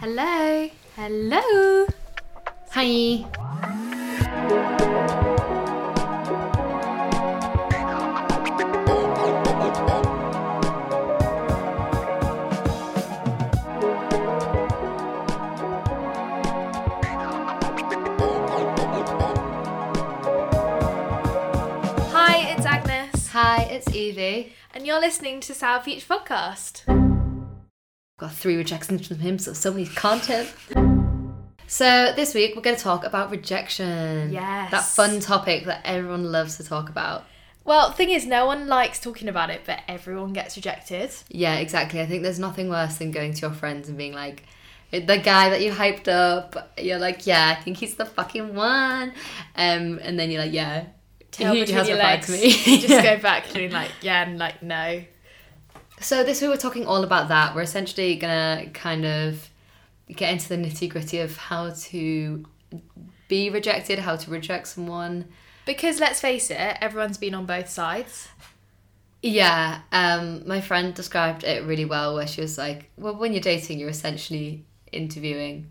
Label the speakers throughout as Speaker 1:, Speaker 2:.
Speaker 1: Hello. Hello. Hi.
Speaker 2: Hi, it's Agnes,
Speaker 1: Hi, it's Evie.
Speaker 2: and you're listening to South Beach Podcast.
Speaker 1: Got three rejections from him, so so many content. So this week we're going to talk about rejection.
Speaker 2: Yes.
Speaker 1: That fun topic that everyone loves to talk about.
Speaker 2: Well, thing is, no one likes talking about it, but everyone gets rejected.
Speaker 1: Yeah, exactly. I think there's nothing worse than going to your friends and being like, the guy that you hyped up, you're like, yeah, I think he's the fucking one. Um, and then you're like, yeah,
Speaker 2: Tail
Speaker 1: he
Speaker 2: between
Speaker 1: has
Speaker 2: your
Speaker 1: replied
Speaker 2: legs.
Speaker 1: to me.
Speaker 2: You just
Speaker 1: Yeah.
Speaker 2: go back doing like yeah and like no.
Speaker 1: So this week we're talking all about that. We're essentially gonna kind of get into the nitty gritty of how to be rejected, how to reject someone.
Speaker 2: Because let's face it, everyone's been on both sides.
Speaker 1: Yeah, um, my friend described it really well, where she was like, "Well, when you're dating, you're essentially interviewing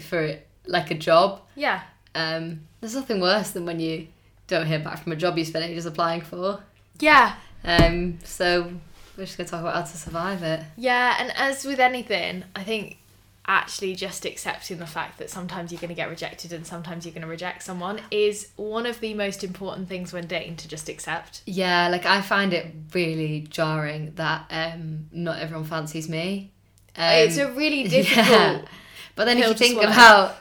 Speaker 1: for like a job.
Speaker 2: Yeah.
Speaker 1: Um, there's nothing worse than when you don't hear back from a job you spent ages applying for.
Speaker 2: Yeah.
Speaker 1: Um, so we're just gonna talk about how to survive it.
Speaker 2: Yeah, and as with anything, I think actually just accepting the fact that sometimes you're going to get rejected and sometimes you're going to reject someone is one of the most important things when dating to just accept.
Speaker 1: Yeah, like I find it really jarring that um not everyone fancies me. Um,
Speaker 2: it's a really difficult.
Speaker 1: yeah. But then if
Speaker 2: pill
Speaker 1: you
Speaker 2: to
Speaker 1: think
Speaker 2: swallow.
Speaker 1: about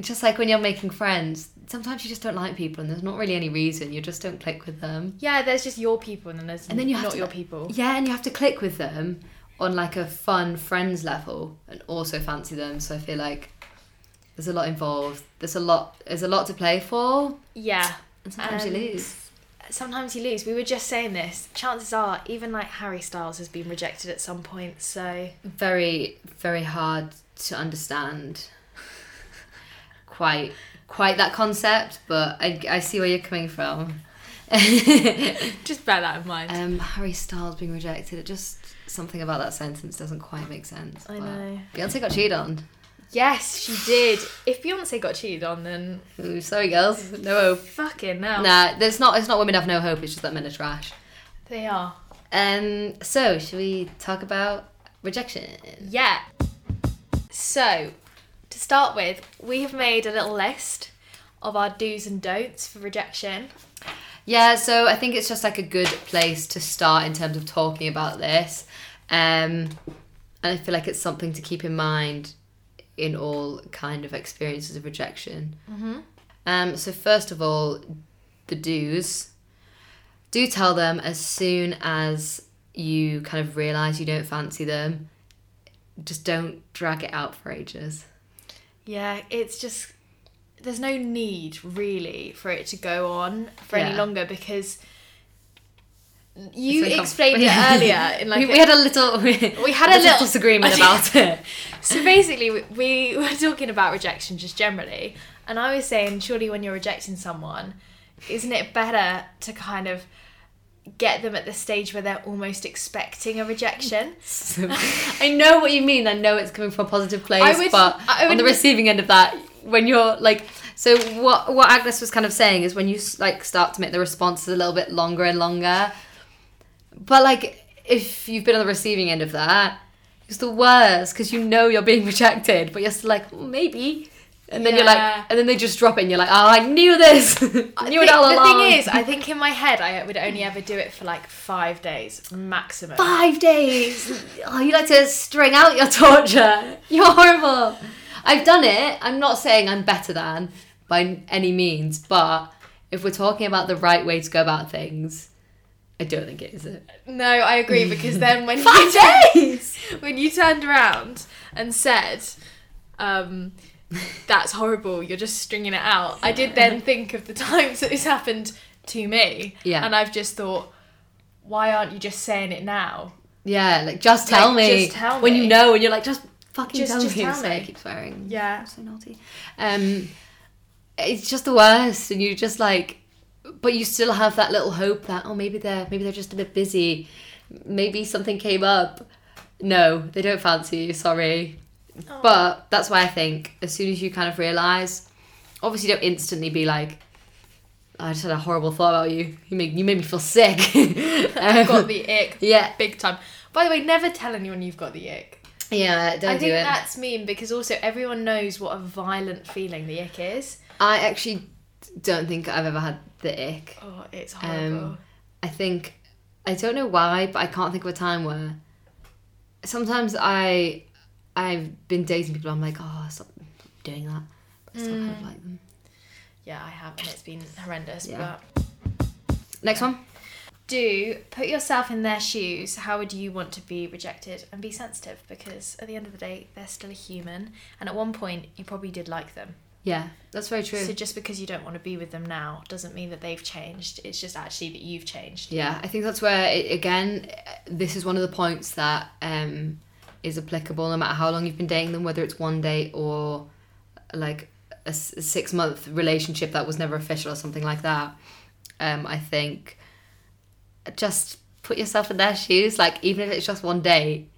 Speaker 1: just like when you're making friends, sometimes you just don't like people and there's not really any reason. You just don't click with them.
Speaker 2: Yeah, there's just your people and then there's
Speaker 1: And then you have
Speaker 2: not
Speaker 1: to-
Speaker 2: your people.
Speaker 1: Yeah, and you have to click with them on like a fun friends level and also fancy them. So I feel like there's a lot involved. There's a lot there's a lot to play for
Speaker 2: Yeah.
Speaker 1: and sometimes
Speaker 2: And-
Speaker 1: you lose.
Speaker 2: Sometimes you lose. We were just saying this. Chances are, even like Harry Styles has been rejected at some point. So
Speaker 1: very very hard to understand quite quite that concept but i, I see where you're coming from
Speaker 2: just bear that in mind.
Speaker 1: um harry styles being rejected it just something about that sentence doesn't quite make sense
Speaker 2: I
Speaker 1: but-
Speaker 2: know.
Speaker 1: beyonce got cheated on
Speaker 2: Yes, she did. If Beyonce got cheated on, then
Speaker 1: Ooh, sorry girls no hope
Speaker 2: fucking no.
Speaker 1: nah there's not it's not women have no hope it's just that men are trash
Speaker 2: They are.
Speaker 1: um so should we talk about rejection
Speaker 2: Yeah. So, to start with, we have made a little list of our do's and don'ts for rejection.
Speaker 1: Yeah, so I think it's just like a good place to start in terms of talking about this. Um, and I feel like it's something to keep in mind in all kind of experiences of rejection. Mm-hmm. Um, so first of all, the do's. Do tell them as soon as you kind of realize you don't fancy them. Just don't drag it out for ages.
Speaker 2: Yeah, it's just there's no need really for it to go on for any
Speaker 1: Yeah.
Speaker 2: longer because you
Speaker 1: It's uncomf-
Speaker 2: explained it
Speaker 1: Yeah.
Speaker 2: earlier in like
Speaker 1: we,
Speaker 2: a-
Speaker 1: we had a little we,
Speaker 2: We had a little-
Speaker 1: disagreement about it.
Speaker 2: So basically, we- we were talking about rejection just generally, and I was saying, surely when you're rejecting someone, isn't it better to kind of get them at the stage where they're almost expecting a rejection?
Speaker 1: I know what you mean. I know it's coming from a positive place,
Speaker 2: I would-
Speaker 1: but
Speaker 2: I
Speaker 1: on the
Speaker 2: would-
Speaker 1: receiving end of that, when you're like, so what? What Agnes was kind of saying is when you s- like start to make the responses a little bit longer and longer. But like, if you've been on the receiving end of that, it's the worst because you know you're being rejected, but you're still like "Oh, maybe, and then you're
Speaker 2: Yeah.
Speaker 1: like, and then they just drop it, and you're like, oh, I knew this, knew
Speaker 2: I
Speaker 1: it
Speaker 2: think-
Speaker 1: all
Speaker 2: the
Speaker 1: along.
Speaker 2: thing is, I think in my head, I would only ever do it for like five days maximum.
Speaker 1: five days. Oh, you like to string out your torture. You're horrible. I've done it. I'm not saying I'm better than by any means, but if we're talking about the right way to go about things, I don't think it is. It.
Speaker 2: No, I agree because then when you
Speaker 1: days.
Speaker 2: when you turned around and said, um, that's horrible, you're just stringing it out, I did then think of the times that this happened to me.
Speaker 1: Yeah.
Speaker 2: And I've just thought, why aren't you just saying it now?
Speaker 1: Yeah, like just tell
Speaker 2: Like,
Speaker 1: me
Speaker 2: just tell
Speaker 1: when
Speaker 2: me.
Speaker 1: you know, and you're like just fucking
Speaker 2: Just-
Speaker 1: tell
Speaker 2: just
Speaker 1: me.
Speaker 2: tell
Speaker 1: Sorry, I
Speaker 2: me.
Speaker 1: keep swearing.
Speaker 2: Yeah.
Speaker 1: so naughty. Um, it's just the worst, and you just like, but you still have that little hope that oh maybe they're maybe they're just a bit busy, maybe something came up. No, they don't fancy you. Sorry,
Speaker 2: Oh.
Speaker 1: But that's why I think as soon as you kind of realize, obviously, you don't instantly be like, "I just had a horrible thought about you. You make you made me feel sick." Um,
Speaker 2: I've got the ick
Speaker 1: yeah,
Speaker 2: big time. By the way, never tell anyone you've got the ick.
Speaker 1: yeah. Don't
Speaker 2: I
Speaker 1: do
Speaker 2: think
Speaker 1: it.
Speaker 2: that's mean because also everyone knows what a violent feeling the ick is.
Speaker 1: I actually don't think I've ever had the ick.
Speaker 2: Oh, it's
Speaker 1: Um,
Speaker 2: horrible.
Speaker 1: I think I don't know why, but I can't think of a time where sometimes I I've been dating people. I'm like, oh, stop doing that. But I still kind of like them.
Speaker 2: yeah, I have, and it's been horrendous.
Speaker 1: Yeah.
Speaker 2: But
Speaker 1: Next one.
Speaker 2: do put yourself in their shoes. How would you want to be rejected? And be sensitive because at the end of the day, they're still a human, and at one point, you probably did like them.
Speaker 1: Yeah, that's very true.
Speaker 2: So just because you don't want to be with them now doesn't mean that they've changed. It's just actually that you've changed.
Speaker 1: Yeah, I think that's where it, again, this is one of the points that um, is applicable no matter how long you've been dating them, whether it's one date or like a s- a six month relationship that was never official or something like that. Um, I think just put yourself in their shoes. Like even if it's just one date,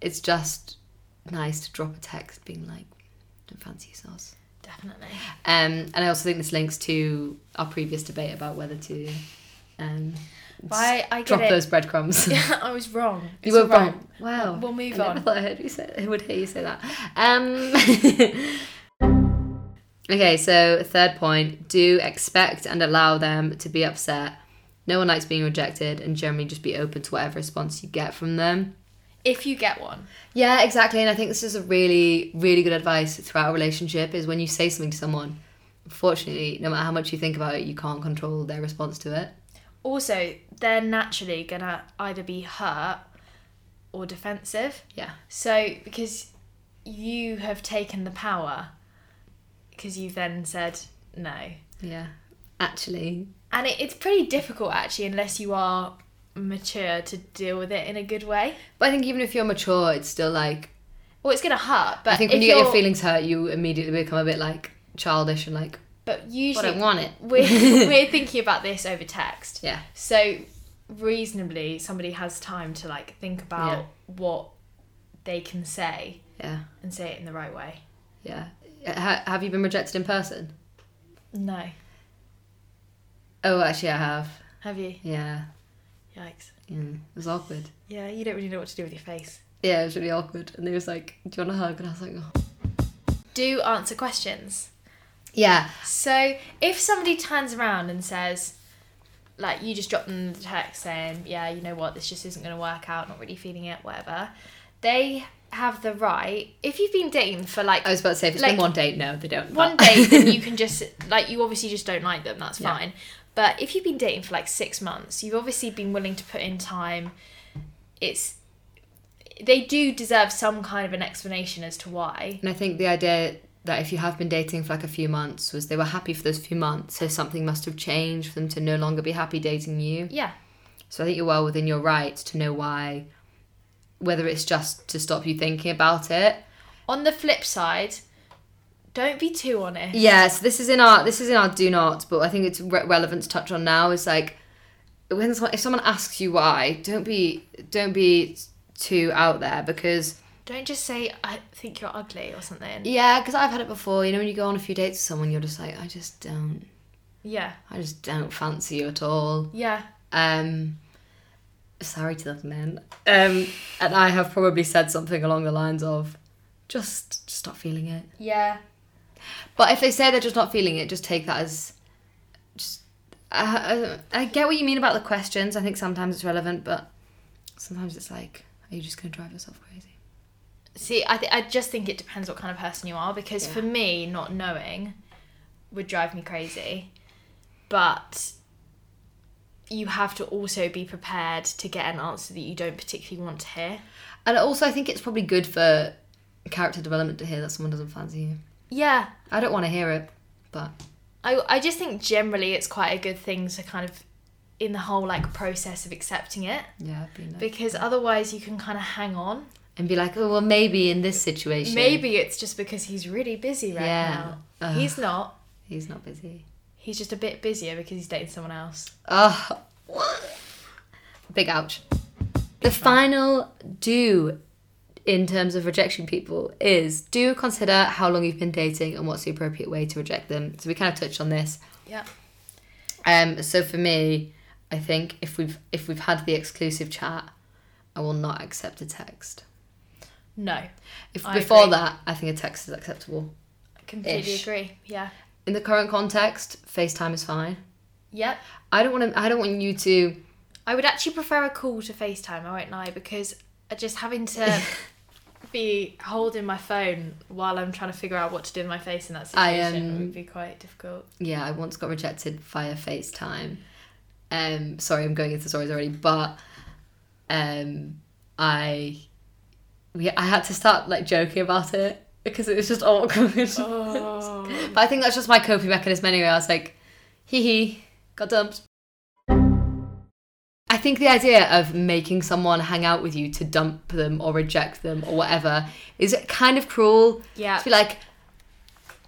Speaker 1: it's just nice to drop a text being like, "Don't fancy yourselves."
Speaker 2: Definitely.
Speaker 1: Um, and I also think this links to our previous debate about whether to um,
Speaker 2: Why I
Speaker 1: s-
Speaker 2: get
Speaker 1: drop
Speaker 2: it.
Speaker 1: those breadcrumbs.
Speaker 2: Yeah, I was wrong.
Speaker 1: you
Speaker 2: It's
Speaker 1: were wrong. Wow.
Speaker 2: We'll move
Speaker 1: I never
Speaker 2: on.
Speaker 1: thought I heard you say. I would hear you say that. Um, okay, so third point: do expect and allow them to be upset. No one likes being rejected, and generally just be open to whatever response you get from them.
Speaker 2: If you get one,
Speaker 1: Yeah, exactly. And I think this is a really, really good advice throughout a relationship is when you say something to someone, unfortunately, no matter how much you think about it, you can't control their response to it.
Speaker 2: also they're naturally gonna either be hurt or defensive.
Speaker 1: Yeah.
Speaker 2: So because you have taken the power, because you've then said no,
Speaker 1: Yeah. Actually.
Speaker 2: and it, it's pretty difficult actually unless you are mature to deal with it in a good way.
Speaker 1: But I think even if you're mature, it's still like
Speaker 2: Well, it's gonna hurt, but
Speaker 1: I think when
Speaker 2: if
Speaker 1: you get your
Speaker 2: you're-
Speaker 1: feelings hurt, you immediately become a bit like childish and like, "But
Speaker 2: but
Speaker 1: I
Speaker 2: usually
Speaker 1: don't want it.
Speaker 2: we're, we're thinking about this over text.
Speaker 1: Yeah.
Speaker 2: So reasonably, somebody has time to like think about
Speaker 1: Yeah.
Speaker 2: what they can say
Speaker 1: Yeah.
Speaker 2: and say it in the right way.
Speaker 1: Yeah. Uh, Ha- have you been rejected in person?
Speaker 2: No,
Speaker 1: Oh, actually, I have.
Speaker 2: have you?
Speaker 1: Yeah.
Speaker 2: Yikes.
Speaker 1: Mm. It was awkward.
Speaker 2: Yeah, you don't really know what to do with your face.
Speaker 1: Yeah, it was really awkward. And he was like, Do you want a hug? And I was like, oh.
Speaker 2: Do answer questions.
Speaker 1: Yeah.
Speaker 2: So if somebody turns around and says, like you just drop them the text saying, yeah, you know what, this just isn't going to work out, not really feeling it, whatever, they have the right. If you've been dating for like
Speaker 1: I was about to say, if it's
Speaker 2: Like-
Speaker 1: been one date, no, they don't.
Speaker 2: one
Speaker 1: Oh, but-
Speaker 2: date then you can just like you obviously just don't like them that's
Speaker 1: Yeah.
Speaker 2: fine but if you've been dating for like six months you've obviously been willing to put in time it's they do deserve some kind of an explanation as to why
Speaker 1: and I think the idea that if you have been dating for like a few months was they were happy for those few months, so something must have changed for them to no longer be happy dating you.
Speaker 2: yeah
Speaker 1: So I think you're well within your rights to know why, whether it's just to stop you thinking about it.
Speaker 2: on the flip side don't be too honest
Speaker 1: Yeah, so this is in our this is in our do not, but I think it's re- relevant to touch on now is like when so- if someone asks you why, don't be don't be too out there because
Speaker 2: don't just say i think you're ugly or something
Speaker 1: yeah, because I've had it before. You know, when you go on a few dates with someone, you're just like, I just don't.
Speaker 2: yeah
Speaker 1: I just don't fancy you at all.
Speaker 2: yeah
Speaker 1: Um, sorry to those men. Um, and I have probably said something along the lines of, just, just not feeling it.
Speaker 2: yeah
Speaker 1: But if they say they're just not feeling it, just take that as, just, I, I, I get what you mean about the questions. I think sometimes it's relevant, but sometimes it's like, are you just going to drive yourself crazy?
Speaker 2: See, I, th- I just think it depends what kind of person you are because
Speaker 1: Yeah.
Speaker 2: for me, not knowing would drive me crazy. But you have to also be prepared to get an answer that you don't particularly want to hear.
Speaker 1: And also, I think it's probably good for character development to hear that someone doesn't fancy you.
Speaker 2: Yeah,
Speaker 1: I don't want to hear it, but
Speaker 2: I, I just think generally it's quite a good thing to kind of in the whole like process of accepting it
Speaker 1: yeah, I'd be nice.
Speaker 2: because otherwise you can kind of hang on.
Speaker 1: and be like, oh well, maybe in this situation,
Speaker 2: Maybe it's just because he's really busy right
Speaker 1: Yeah.
Speaker 2: now.
Speaker 1: Ugh.
Speaker 2: He's not.
Speaker 1: He's not busy.
Speaker 2: He's just a bit busier because he's dating someone else.
Speaker 1: Oh, big ouch. The final do in terms of rejecting people is do consider how long you've been dating and what's the appropriate way to reject them. So we kind of touched on this.
Speaker 2: Yeah.
Speaker 1: Um, so for me, I think if we've if we've had the exclusive chat, I will not accept a text.
Speaker 2: No.
Speaker 1: If
Speaker 2: I
Speaker 1: before
Speaker 2: agree.
Speaker 1: that, I think a text is acceptable.
Speaker 2: I completely
Speaker 1: Ish.
Speaker 2: agree. Yeah.
Speaker 1: In the current context, FaceTime is fine.
Speaker 2: Yep.
Speaker 1: I don't want to. I don't want you to.
Speaker 2: I would actually prefer a call to FaceTime, I won't lie, because I just having to be holding my phone while I'm trying to figure out what to do with my face in that
Speaker 1: I,
Speaker 2: situation
Speaker 1: um,
Speaker 2: would be quite difficult.
Speaker 1: Yeah, I once got rejected via FaceTime. Um, sorry, I'm going into stories already, but um, I we I had to start like joking about it because it was just awkward.
Speaker 2: Oh.
Speaker 1: But I think that's just my coping mechanism anyway. I was like, hee hee, got dumped. I think the idea of making someone hang out with you to dump them or reject them or whatever is kind of cruel.
Speaker 2: yeah.
Speaker 1: To be like,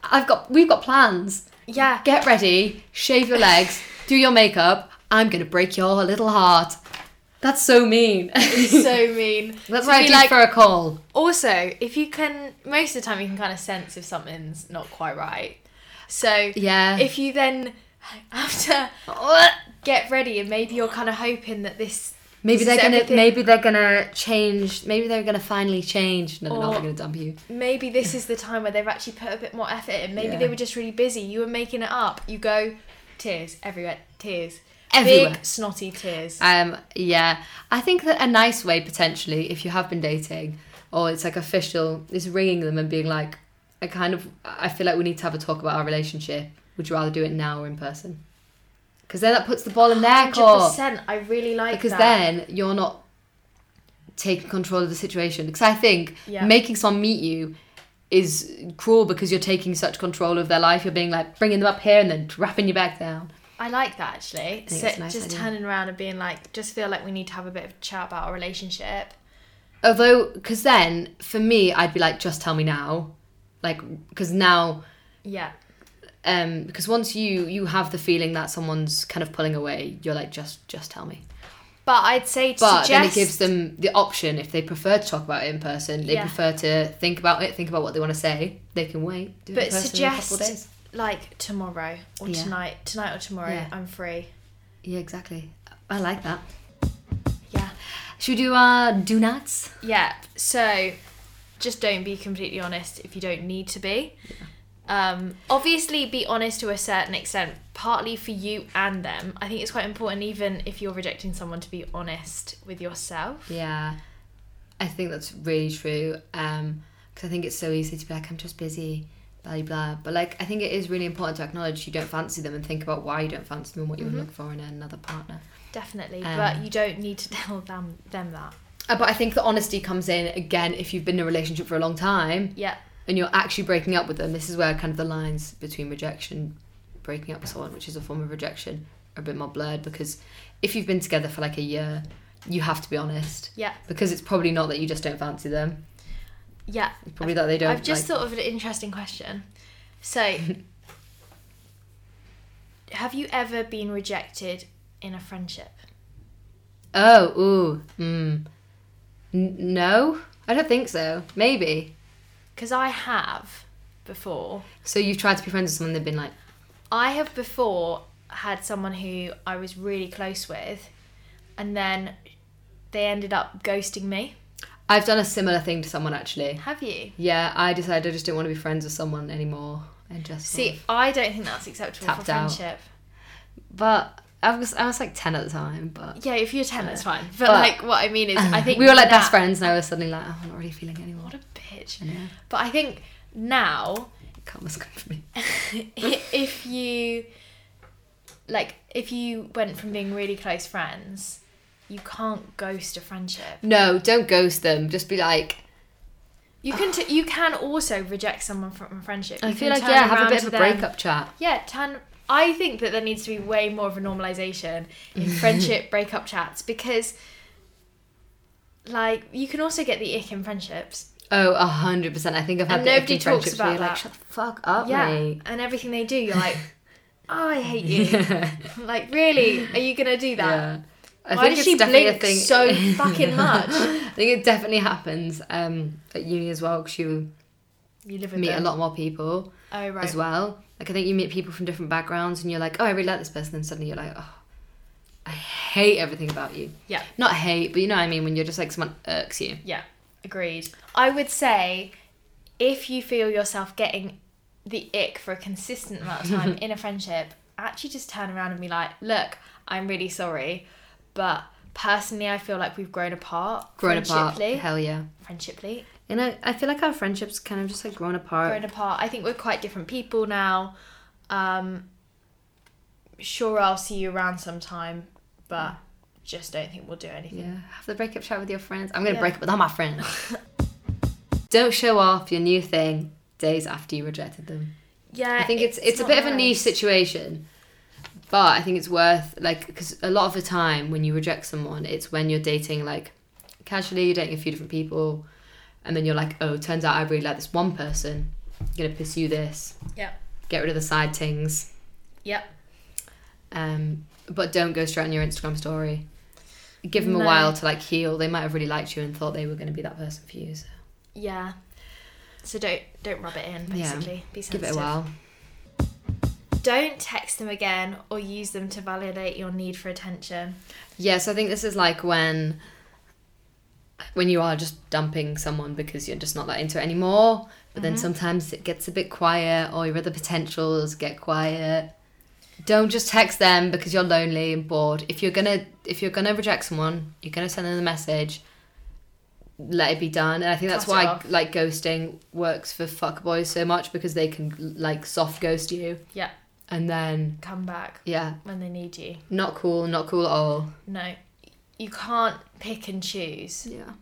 Speaker 1: I've got, we've got plans.
Speaker 2: Yeah.
Speaker 1: Get ready, shave your legs, do your makeup. I'm gonna break your little heart. That's so mean. that's
Speaker 2: so mean.
Speaker 1: what
Speaker 2: To
Speaker 1: I
Speaker 2: be
Speaker 1: do
Speaker 2: like-
Speaker 1: for a call.
Speaker 2: Also, if you can, most of the time you can kind of sense if something's not quite right. So
Speaker 1: Yeah.
Speaker 2: if you then after get ready and maybe you're kind of hoping that this
Speaker 1: Maybe
Speaker 2: This
Speaker 1: they're
Speaker 2: is
Speaker 1: gonna
Speaker 2: everything.
Speaker 1: maybe they're gonna change. Maybe they're gonna finally change. No, they're not.
Speaker 2: Or-
Speaker 1: They're gonna dump you.
Speaker 2: maybe this is the time where they've actually put a bit more effort in. Maybe
Speaker 1: Yeah.
Speaker 2: they were just really busy. You were making it up. You go tears everywhere, tears.
Speaker 1: Everywhere.
Speaker 2: Big snotty tears.
Speaker 1: Um, yeah, I think that a nice way potentially, if you have been dating or it's like official, is ringing them and being like, I kind of, I feel like we need to have a talk about our relationship. Would you rather do it now or in person? Because then that puts the ball in their court.
Speaker 2: 100%. I really like
Speaker 1: Because
Speaker 2: that.
Speaker 1: then you're not taking control of the situation. Because I think
Speaker 2: Yeah.
Speaker 1: making someone meet you is cruel because you're taking such control of their life. You're being like bringing them up here and then dropping you back down.
Speaker 2: I like that actually.
Speaker 1: think
Speaker 2: So
Speaker 1: it's a nice
Speaker 2: just
Speaker 1: idea.
Speaker 2: turning around and being like, just feel like we need to have a bit of a chat about our relationship.
Speaker 1: Although, because then for me, I'd be like, just tell me now, like, because now,
Speaker 2: Yeah.
Speaker 1: um, because once you you have the feeling that someone's kind of pulling away, you're like, just just tell me.
Speaker 2: But I'd say to
Speaker 1: But
Speaker 2: suggest
Speaker 1: then it gives them the option if they prefer to talk about it in person, they
Speaker 2: Yeah.
Speaker 1: prefer to think about it, think about what they want to say. They can wait. Do it in
Speaker 2: but
Speaker 1: person in a couple of
Speaker 2: suggest
Speaker 1: days.
Speaker 2: like tomorrow or
Speaker 1: Yeah.
Speaker 2: tonight, tonight or tomorrow.
Speaker 1: Yeah.
Speaker 2: I'm free.
Speaker 1: Yeah, exactly. I like that.
Speaker 2: Yeah.
Speaker 1: Should we do our do nots?
Speaker 2: Yeah. So just don't be completely honest if you don't need to be. Um, obviously, be honest to a certain extent, partly for you and them. I think it's quite important, even if you're rejecting someone, to be honest with yourself.
Speaker 1: Yeah, I think that's really true. Um, because I think it's so easy to be like, I'm just busy, blah blah. But like, I think it is really important to acknowledge you don't fancy them and think about why you don't fancy them and what you would look for in another partner.
Speaker 2: Definitely,
Speaker 1: Um,
Speaker 2: but you don't need to tell them them that.
Speaker 1: Uh, but I think the honesty comes in again if you've been in a relationship for a long time
Speaker 2: Yeah.
Speaker 1: and you're actually breaking up with them. This is where kind of the lines between rejection, breaking up with someone, which is a form of rejection, are a bit more blurred because if you've been together for like a year, you have to be honest
Speaker 2: Yeah.
Speaker 1: because it's probably not that you just don't fancy them.
Speaker 2: Yeah.
Speaker 1: It's probably that they don't.
Speaker 2: I've just
Speaker 1: like,
Speaker 2: thought of an interesting question. So, have you ever been rejected in a friendship?
Speaker 1: Oh, ooh, mm. N- no, I don't think so. Maybe.
Speaker 2: Because I have before.
Speaker 1: So you've tried to be friends with someone, they've been like,
Speaker 2: I have before had someone who I was really close with, and then they ended up ghosting me.
Speaker 1: I've done a similar thing to someone actually.
Speaker 2: Have you?
Speaker 1: Yeah, I decided I just didn't want to be friends with someone anymore, and just sort
Speaker 2: See,
Speaker 1: of-
Speaker 2: I don't think that's acceptable for
Speaker 1: Hmm. Tapped out.
Speaker 2: friendship.
Speaker 1: But I was I was like ten at the time, but
Speaker 2: Yeah, if you're 10, that's fine. But,
Speaker 1: But-
Speaker 2: like, what I mean is, I think
Speaker 1: we were like
Speaker 2: now-
Speaker 1: best friends, and I was suddenly like, oh, I'm not really feeling it anymore.
Speaker 2: What a bitch.
Speaker 1: know.
Speaker 2: But I think now,
Speaker 1: Karma's good for me.
Speaker 2: if you like if you went from being really close friends you can't ghost a friendship
Speaker 1: No, don't ghost them. Just be like,
Speaker 2: you can t- you can also reject someone from a friendship
Speaker 1: I
Speaker 2: You
Speaker 1: feel
Speaker 2: can
Speaker 1: like
Speaker 2: turn
Speaker 1: yeah, have
Speaker 2: around
Speaker 1: a bit
Speaker 2: to
Speaker 1: of a
Speaker 2: them-
Speaker 1: breakup chat.
Speaker 2: yeah turn i think that there needs to be way more of a normalization in friendship breakup chats because like you can also get the ick in friendships
Speaker 1: Oh, a hundred percent. I think I've had
Speaker 2: And
Speaker 1: the
Speaker 2: nobody
Speaker 1: open friendships
Speaker 2: talks about
Speaker 1: where you're like,
Speaker 2: that.
Speaker 1: shut the fuck up,
Speaker 2: yeah
Speaker 1: mate.
Speaker 2: and everything they do you're like oh i hate you like really are you gonna do that
Speaker 1: Yeah. I
Speaker 2: Why
Speaker 1: think
Speaker 2: does
Speaker 1: it's
Speaker 2: she
Speaker 1: definitely a
Speaker 2: blink
Speaker 1: thing.
Speaker 2: so fucking much?
Speaker 1: I think it definitely happens um, at uni as well because you
Speaker 2: You live with
Speaker 1: meet a
Speaker 2: them.
Speaker 1: lot more people
Speaker 2: Oh right.
Speaker 1: as well. Like I think you meet people from different backgrounds and you're like, oh, I really like this person, and suddenly you're like, oh, I hate everything about you.
Speaker 2: Yeah.
Speaker 1: Not hate, but you know what I mean. When you're just like someone irks you.
Speaker 2: Yeah, agreed. I would say if you feel yourself getting the ick for a consistent amount of time in a friendship, actually just turn around and be like, look, I'm really sorry, but personally, I feel like we've grown apart.
Speaker 1: Grown apart.
Speaker 2: friendshiply."
Speaker 1: Hell yeah.
Speaker 2: Friendshiply.
Speaker 1: You know, I feel like our friendships kind of just like grown apart.
Speaker 2: Grown apart. I think we're quite different people now. Um, sure, I'll see you around sometime, but just don't think we'll do anything.
Speaker 1: Mm. Yeah, have the breakup chat with your friends. I'm gonna
Speaker 2: Yeah.
Speaker 1: break up with all my friends. Don't show off your new thing days after you rejected them.
Speaker 2: Yeah,
Speaker 1: I think it's it's, a
Speaker 2: not
Speaker 1: bit of a
Speaker 2: nice.
Speaker 1: niche situation, but I think it's worth like because a lot of the time when you reject someone, it's when you're dating like casually, you're dating a few different people, and then you're like, oh, turns out I really like this one person. I'm gonna pursue this.
Speaker 2: Yeah.
Speaker 1: Get rid of the side things.
Speaker 2: Yep.
Speaker 1: Um, but don't go straight on your Instagram story. Give them
Speaker 2: No.
Speaker 1: a while to like heal. They might have really liked you and thought they were going to be that person for you. So
Speaker 2: Yeah. So don't don't rub it in.
Speaker 1: Yeah.
Speaker 2: Basically, be sensitive.
Speaker 1: give it a while.
Speaker 2: Don't text them again or use them to validate your need for attention.
Speaker 1: Yeah, so I think this is like when when you are just dumping someone because you're just not that into it anymore. But
Speaker 2: Mm-hmm.
Speaker 1: then sometimes it gets a bit quiet, or your other potentials get quiet. Don't just text them because you're lonely and bored. If you're gonna if you're gonna reject someone, you're gonna send them a message. Let it be done, and I think that's
Speaker 2: Cut it
Speaker 1: why
Speaker 2: off.
Speaker 1: like ghosting works for fuckboys so much because they can like soft ghost you,
Speaker 2: Yeah.
Speaker 1: and then
Speaker 2: Come back
Speaker 1: yeah,
Speaker 2: when they need you.
Speaker 1: not cool, not cool at all.
Speaker 2: No. You can't pick and choose.
Speaker 1: Yeah.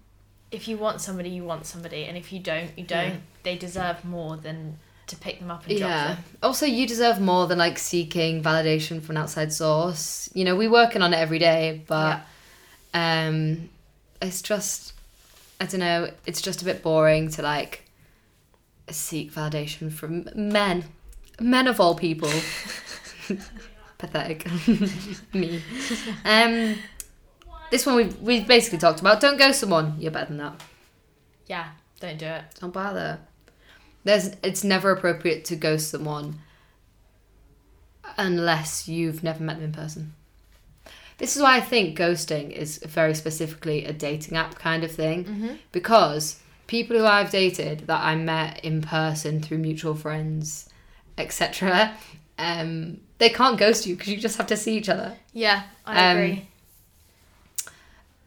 Speaker 2: If you want somebody, you want somebody, and if you don't, you don't.
Speaker 1: Yeah.
Speaker 2: They deserve more than to pick them up and drop them.
Speaker 1: Also, you deserve more than like seeking validation from an outside source. You know, we're working on it every day, but um it's just I don't know, it's just a bit boring to like seek validation from men. Men of all people. Pathetic. Me. Um this one we've, we've basically talked about. Don't go someone. You're better than that.
Speaker 2: Yeah. Don't do it.
Speaker 1: Don't bother. There's it's never appropriate to ghost someone unless you've never met them in person. This is why I think ghosting is very specifically a dating app kind of thing
Speaker 2: Mhm.
Speaker 1: because people who I've dated that I met in person through mutual friends, etc. Um, they can't ghost you because you just have to see each other.
Speaker 2: Yeah, I
Speaker 1: Um,
Speaker 2: agree.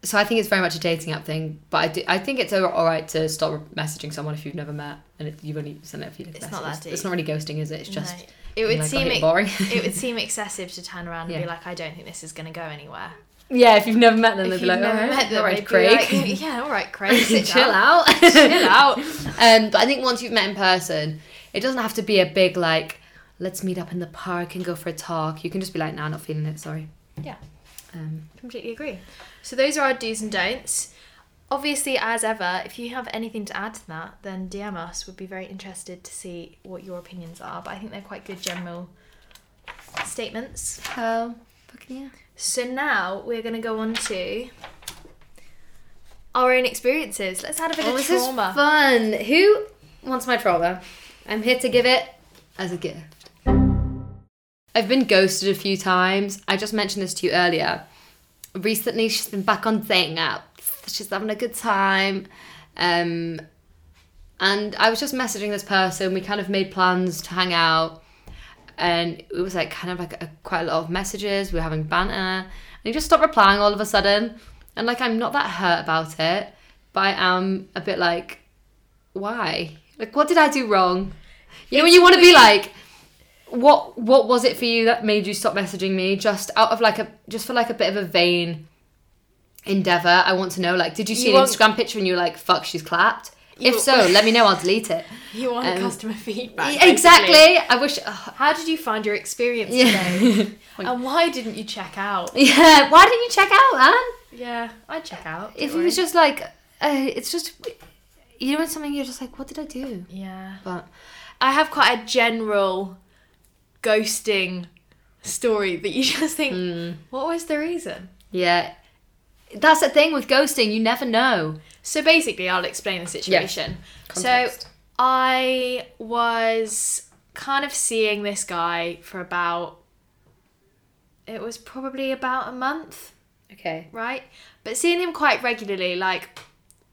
Speaker 1: So I think it's very much a dating app thing, but I, do, I think it's all right to stop messaging someone if you've never met and it, you've only sent a few
Speaker 2: It's
Speaker 1: messages.
Speaker 2: not that
Speaker 1: It's
Speaker 2: deep.
Speaker 1: not really ghosting, is it? It's
Speaker 2: No.
Speaker 1: just
Speaker 2: it
Speaker 1: like,
Speaker 2: would
Speaker 1: I
Speaker 2: seem
Speaker 1: hate
Speaker 2: ex-
Speaker 1: boring.
Speaker 2: it would seem excessive to turn around and
Speaker 1: Yeah.
Speaker 2: be like, I don't think this is going to go anywhere.
Speaker 1: yeah, if you've never met them,
Speaker 2: If
Speaker 1: they'd
Speaker 2: you've
Speaker 1: be like,
Speaker 2: never
Speaker 1: all right,
Speaker 2: met them,
Speaker 1: all
Speaker 2: they'd
Speaker 1: right,
Speaker 2: be
Speaker 1: Craig,
Speaker 2: like, yeah, all right, Craig, sit
Speaker 1: chill
Speaker 2: down.
Speaker 1: out,
Speaker 2: chill out.
Speaker 1: Um, but I think once you've met in person, it doesn't have to be a big like, let's meet up in the park and go for a talk. You can just be like, nah, not feeling it. Sorry.
Speaker 2: Yeah.
Speaker 1: Um,
Speaker 2: Completely agree. So those are our do's and don'ts. Obviously, as ever, if you have anything to add to that, then DM us. We'd be very interested to see what your opinions are. But I think they're quite good general statements.
Speaker 1: hell, fucking yeah.
Speaker 2: So now we're going to go on to our own experiences. Let's add a bit
Speaker 1: Oh,
Speaker 2: of
Speaker 1: this is
Speaker 2: trauma.
Speaker 1: fun. Who wants my trauma? I'm here to give it as a gift. I've been ghosted a few times. I just mentioned this to you earlier. Recently, she's been back on dating apps. She's having a good time. Um, and I was just messaging this person. We kind of made plans to hang out, and it was like kind of like a, quite a lot of messages. We were having banter, and he just stopped replying all of a sudden. And like I'm not that hurt about it, but I am a bit like, why? Like what did I do wrong? You know when you want to be like, what what was it for you that made you stop messaging me? Just out of like a just for like a bit of a vain endeavor. I want to know like, did you see
Speaker 2: You
Speaker 1: an
Speaker 2: want-
Speaker 1: Instagram picture and you were like, fuck, she's clapped? If
Speaker 2: You-
Speaker 1: so, let me know. I'll delete it.
Speaker 2: You want
Speaker 1: Um,
Speaker 2: customer feedback.
Speaker 1: Yeah,
Speaker 2: basically.
Speaker 1: exactly. I wish. oh, ugh.
Speaker 2: How did you find your experience today?
Speaker 1: yeah.
Speaker 2: and why didn't you check out?
Speaker 1: yeah. Why didn't you check out, man?
Speaker 2: Yeah, I'd check out.
Speaker 1: If
Speaker 2: don't
Speaker 1: it was
Speaker 2: worry.
Speaker 1: just like, uh, it's just, you know, when something you're just like, what did I do?
Speaker 2: Yeah.
Speaker 1: But
Speaker 2: I have quite a general Hmm. ghosting story that you just think, what was the reason?
Speaker 1: yeah, That's the thing with ghosting, you never know.
Speaker 2: So basically, I'll explain the situation. So I was kind of seeing this guy for about, it was probably about a month,
Speaker 1: okay.
Speaker 2: right? But seeing him quite regularly, like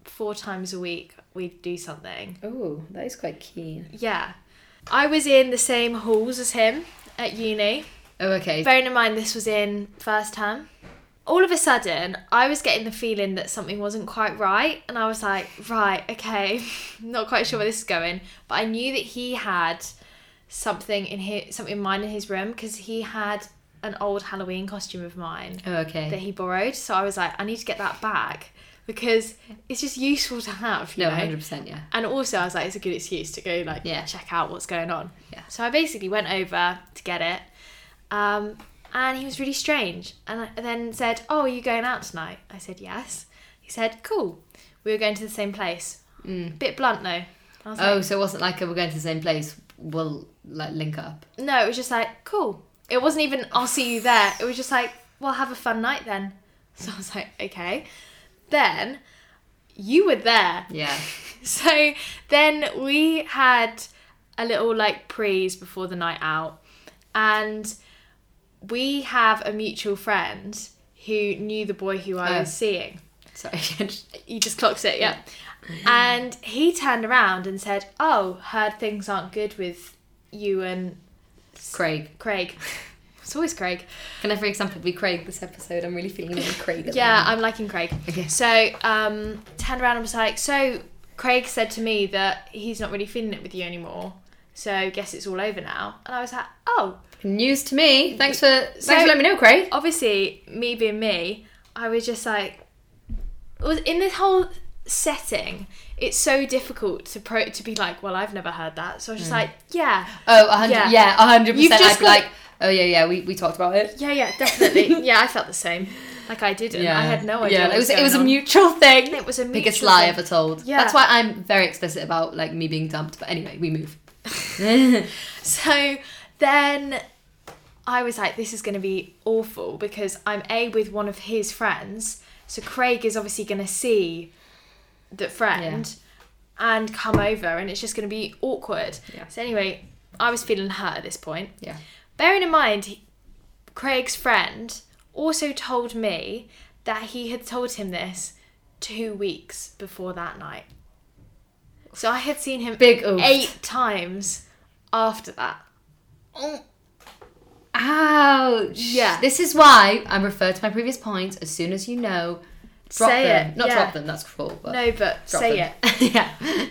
Speaker 2: four times a week, we'd do something.
Speaker 1: Oh, that is quite keen.
Speaker 2: Yeah. I was in the same halls as him at uni.
Speaker 1: Oh, okay.
Speaker 2: Bearing in mind, this was in first term. All of a sudden, I was getting the feeling that something wasn't quite right, and I was like, right, okay, not quite sure where this is going. But I knew that he had something in his, something in mine in his room because he had an old Halloween costume of mine
Speaker 1: Oh,
Speaker 2: that
Speaker 1: okay.
Speaker 2: he borrowed. So I was like, I need to get that back because it's just useful to have. You
Speaker 1: No,
Speaker 2: know?
Speaker 1: hundred percent. Yeah.
Speaker 2: And also, I was like, it's a good excuse to go like
Speaker 1: Yeah.
Speaker 2: check out what's going on.
Speaker 1: Yeah.
Speaker 2: So I basically went over to get it, um, and he was really strange. And I and then said, "Oh, are you going out tonight?" I said, "Yes." He said, "Cool." We were going to the same place.
Speaker 1: Mm.
Speaker 2: Bit blunt though. I was
Speaker 1: Oh, so it wasn't like we're going to the same place. We'll like link up.
Speaker 2: like, "No." It was just like, "Cool." It wasn't even, "I'll see you there." It was just like, "Well, have a fun night then." So I was like, "Okay." Then you were there.
Speaker 1: Yeah.
Speaker 2: So then we had a little like prees before the night out, and we have a mutual friend who knew the boy who I
Speaker 1: Oh.
Speaker 2: was seeing.
Speaker 1: Sorry.
Speaker 2: You just clocked it, yeah. And he turned around and said, "Oh, heard things aren't good with you and
Speaker 1: Craig.
Speaker 2: Craig." It's always Craig.
Speaker 1: Can every example be Craig this episode? I'm really feeling like Craig. At
Speaker 2: Yeah, I'm liking Craig.
Speaker 1: The moment.
Speaker 2: So, um, turned around and was like, So, Craig said to me that he's not really feeling it with you anymore. So, guess it's all over now. And I was like, Oh,
Speaker 1: Okay. News to me. Thanks for thanks
Speaker 2: So-
Speaker 1: for letting me know, Craig.
Speaker 2: obviously, me being me, I was just like, it was in this whole setting, it's so difficult to pro- to be like, Well, I've never heard that. So, I was
Speaker 1: Mm.
Speaker 2: just like, Yeah,
Speaker 1: Oh, a hundred.
Speaker 2: Yeah.
Speaker 1: Yeah, a hundred
Speaker 2: You've
Speaker 1: percent.
Speaker 2: just
Speaker 1: I'd be like, oh yeah, yeah. We, we talked about it.
Speaker 2: yeah, yeah, definitely. yeah, I felt the same. Like, I didn't. I had no idea.
Speaker 1: Yeah,
Speaker 2: what
Speaker 1: it was it
Speaker 2: going
Speaker 1: was a
Speaker 2: on.
Speaker 1: mutual thing.
Speaker 2: It was a
Speaker 1: Biggest
Speaker 2: mutual
Speaker 1: lie
Speaker 2: thing.
Speaker 1: ever told.
Speaker 2: Yeah.
Speaker 1: That's why I'm very explicit about like me being dumped. But anyway, we move.
Speaker 2: So then I was like, this is going to be awful because I'm A, with one of his friends. So Craig is obviously going to see the friend and come over and it's just going to be awkward.
Speaker 1: Yeah.
Speaker 2: So anyway, I was feeling hurt at this point.
Speaker 1: Yeah.
Speaker 2: Bearing in mind, he- Craig's friend also told me that he had told him this two weeks before that night. So I had seen him
Speaker 1: Big oof.
Speaker 2: eight times after that.
Speaker 1: Ouch.
Speaker 2: Yeah.
Speaker 1: This is why I refer to my previous points. As soon as you know, drop
Speaker 2: Say
Speaker 1: them.
Speaker 2: it,
Speaker 1: Not
Speaker 2: yeah.
Speaker 1: drop them. That's cruel. But
Speaker 2: No, but
Speaker 1: drop
Speaker 2: say
Speaker 1: them.
Speaker 2: it.
Speaker 1: it.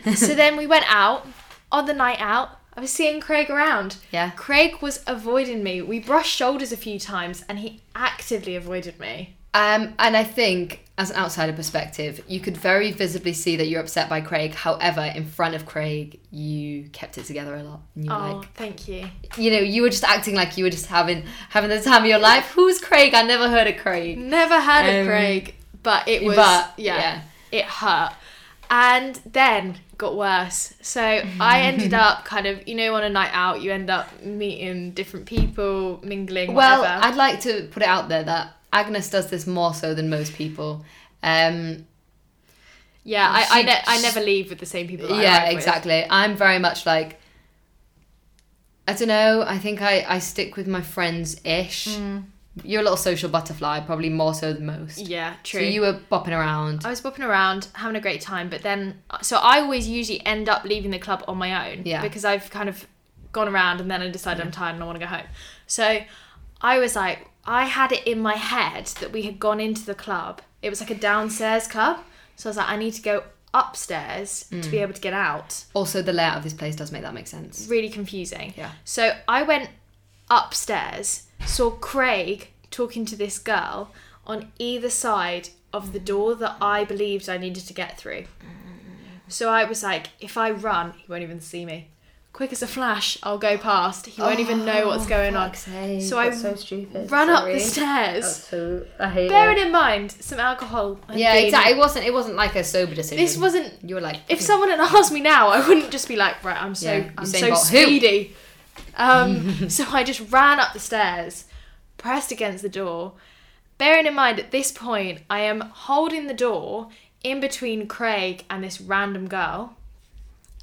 Speaker 1: yeah.
Speaker 2: So then we went out on the night out. I was seeing Craig around.
Speaker 1: yeah.
Speaker 2: Craig was avoiding me. We brushed shoulders a few times and he actively avoided me.
Speaker 1: Um, and I think, as an outsider perspective, you could very visibly see that you're upset by Craig. However, in front of Craig, you kept it together a lot. And you were
Speaker 2: oh,
Speaker 1: like,
Speaker 2: thank you.
Speaker 1: you know, you were just acting like you were just having having the time of your life. Who's Craig? I never heard of Craig.
Speaker 2: Never heard
Speaker 1: Um,
Speaker 2: of Craig, but it was
Speaker 1: but,
Speaker 2: yeah, it hurt. And then got worse. So I ended up kind of you know on a night out you end up meeting different people, mingling.
Speaker 1: Well,
Speaker 2: whatever.
Speaker 1: I'd like to put it out there that Agnes does this more so than most people. Um,
Speaker 2: yeah, I I,
Speaker 1: she-
Speaker 2: ne- I never leave with the same people. That I
Speaker 1: yeah,
Speaker 2: work with.
Speaker 1: exactly. I'm very much like I don't know. I think I I stick with my friends ish.
Speaker 2: Mm.
Speaker 1: You're a little social butterfly, probably more so than most.
Speaker 2: Yeah, true.
Speaker 1: So you were bopping around.
Speaker 2: I was bopping around, having a great time, but then so I always usually end up leaving the club on my own.
Speaker 1: Yeah.
Speaker 2: Because I've kind of gone around and then I decided I'm tired and I want to go home. So I was like, I had it in my head that we had gone into the club. It was like a downstairs club. So I was like, I need to go upstairs to be able to get out.
Speaker 1: Also, the layout of this place does make that make sense.
Speaker 2: Really confusing.
Speaker 1: Yeah.
Speaker 2: So I went upstairs, saw Craig talking to this girl on either side of the door that I believed I needed to get through. So I was like, if I run, he won't even see me. Quick as a flash, I'll go past. He won't even know
Speaker 1: Oh,
Speaker 2: what's going on. So I
Speaker 1: so stupid.
Speaker 2: Run up the stairs.
Speaker 1: So I hate
Speaker 2: Bearing in mind, some alcohol. had
Speaker 1: Yeah,
Speaker 2: been-
Speaker 1: exactly. It wasn't. It wasn't like a sober decision.
Speaker 2: This wasn't.
Speaker 1: You were like,
Speaker 2: If someone had asked me now, I wouldn't just be like, right, I'm so
Speaker 1: Yeah,
Speaker 2: I'm
Speaker 1: Usain
Speaker 2: so
Speaker 1: Bolt, who?
Speaker 2: speedy. Um, so I just ran up the stairs, pressed against the door, Bearing in mind at this point, I am holding the door in between Craig and this random girl.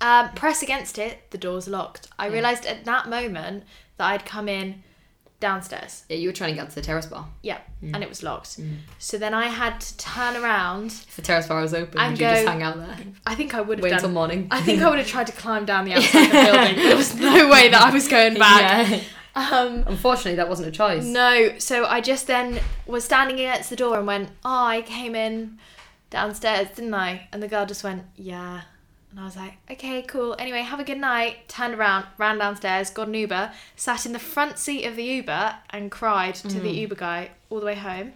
Speaker 2: Um, press against it, the door's locked. I realised at that moment that I'd come in downstairs.
Speaker 1: Yeah, you were trying to get to the terrace bar.
Speaker 2: Yeah,
Speaker 1: Mm.
Speaker 2: and it was locked. So then I had to turn around.
Speaker 1: If the terrace bar was open,
Speaker 2: And
Speaker 1: would you just
Speaker 2: go-
Speaker 1: hang out there?
Speaker 2: I think I would have
Speaker 1: Wait
Speaker 2: done.
Speaker 1: until morning.
Speaker 2: I think I would have tried to climb down the outside of the building. There was no way that I was going back.
Speaker 1: Yeah.
Speaker 2: Um,
Speaker 1: Unfortunately, that wasn't a choice.
Speaker 2: no, so I just then was standing against the door and went, Oh, I came in downstairs, didn't I? And the girl just went, Yeah. And I was like, Okay, cool. Anyway, have a good night. Turned around, ran downstairs, got an Uber, sat in the front seat of the Uber and cried to the Uber guy all the way home.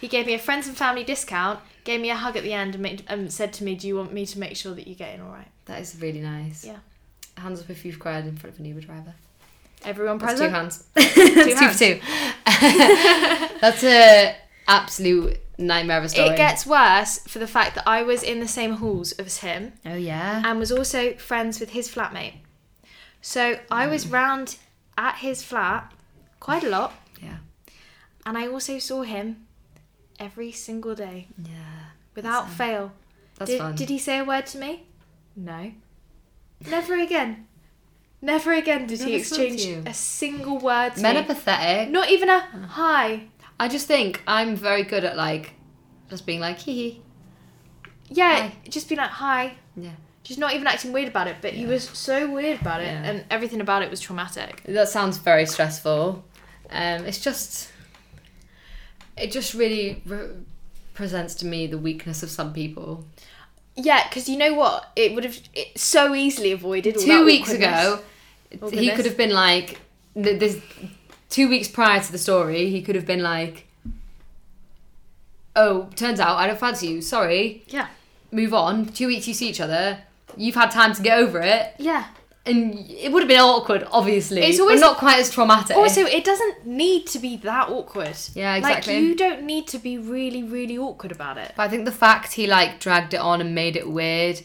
Speaker 2: He gave me a friends and family discount, gave me a hug at the end, and, made, and said to me, Do you want me to make sure that you get in all right?
Speaker 1: That is really nice.
Speaker 2: Yeah.
Speaker 1: Hands up if you've cried in front of an Uber driver.
Speaker 2: Everyone
Speaker 1: That's
Speaker 2: present?
Speaker 1: two hands. That's two
Speaker 2: hands.
Speaker 1: for two. That's a absolute nightmare of a story.
Speaker 2: It gets worse for the fact that I was in the same halls as him.
Speaker 1: Oh yeah.
Speaker 2: and was also friends with his flatmate. So I was
Speaker 1: Hmm.
Speaker 2: round at his flat quite a lot,
Speaker 1: Yeah.
Speaker 2: and I also saw him every single day
Speaker 1: Yeah.
Speaker 2: without fail.
Speaker 1: That's
Speaker 2: did,
Speaker 1: fun.
Speaker 2: did he say a word to me? No. Never again. Never again did he
Speaker 1: Never spoke to
Speaker 2: exchange
Speaker 1: you. Oh.
Speaker 2: a single word to
Speaker 1: Men
Speaker 2: me.
Speaker 1: are pathetic.
Speaker 2: Not even a hi.
Speaker 1: I just think I'm very good at like just being like hee hee.
Speaker 2: Yeah,
Speaker 1: Hi.
Speaker 2: just be like hi.
Speaker 1: Yeah.
Speaker 2: Just not even acting weird about it, but he was so weird about it,
Speaker 1: Yeah.
Speaker 2: and everything about it was traumatic.
Speaker 1: That sounds very stressful. Um, it's just, it just really re- presents to me the weakness of some people.
Speaker 2: Yeah, because you know what? It would have it so easily avoided. all
Speaker 1: two
Speaker 2: that
Speaker 1: weeks
Speaker 2: awkwardness.
Speaker 1: ago, he
Speaker 2: Awkwardness.
Speaker 1: could have been like, th- this, two weeks prior to the story, he could have been like, oh, turns out I don't fancy you. Sorry,
Speaker 2: Yeah.
Speaker 1: move on. Two weeks you see each other. You've had time to get over it,
Speaker 2: Yeah.
Speaker 1: and it would have been awkward, obviously.
Speaker 2: It's
Speaker 1: It's
Speaker 2: always-
Speaker 1: always not quite as traumatic.
Speaker 2: Also, it doesn't need to be that awkward.
Speaker 1: Yeah, exactly.
Speaker 2: Like you don't need to be really, really awkward about it.
Speaker 1: But I think the fact he like dragged it on and made it weird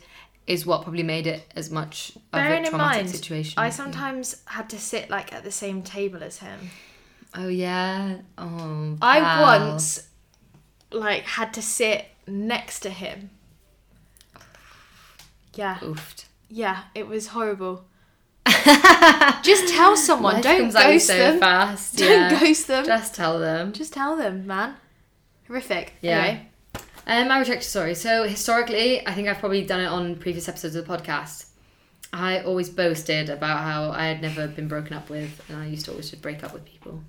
Speaker 1: is what probably made it as much of
Speaker 2: Bearing
Speaker 1: a
Speaker 2: in
Speaker 1: traumatic
Speaker 2: mind,
Speaker 1: situation.
Speaker 2: I
Speaker 1: think.
Speaker 2: sometimes had to sit like at the same table as him.
Speaker 1: Oh yeah. Oh.
Speaker 2: I
Speaker 1: wow.
Speaker 2: once like had to sit next to him. Yeah.
Speaker 1: Oofed.
Speaker 2: Yeah, it was horrible. Just tell someone.
Speaker 1: Life
Speaker 2: don't
Speaker 1: comes at you
Speaker 2: ghost
Speaker 1: so
Speaker 2: them.
Speaker 1: fast.
Speaker 2: Don't
Speaker 1: yeah.
Speaker 2: ghost them.
Speaker 1: Just tell them.
Speaker 2: Just tell them, man. Horrific.
Speaker 1: Yeah.
Speaker 2: Anyway.
Speaker 1: Um, my rejection story. So historically, I think I've probably done it on previous episodes of the podcast. I always boasted about how I had never been broken up with, and I used to always just break up with people.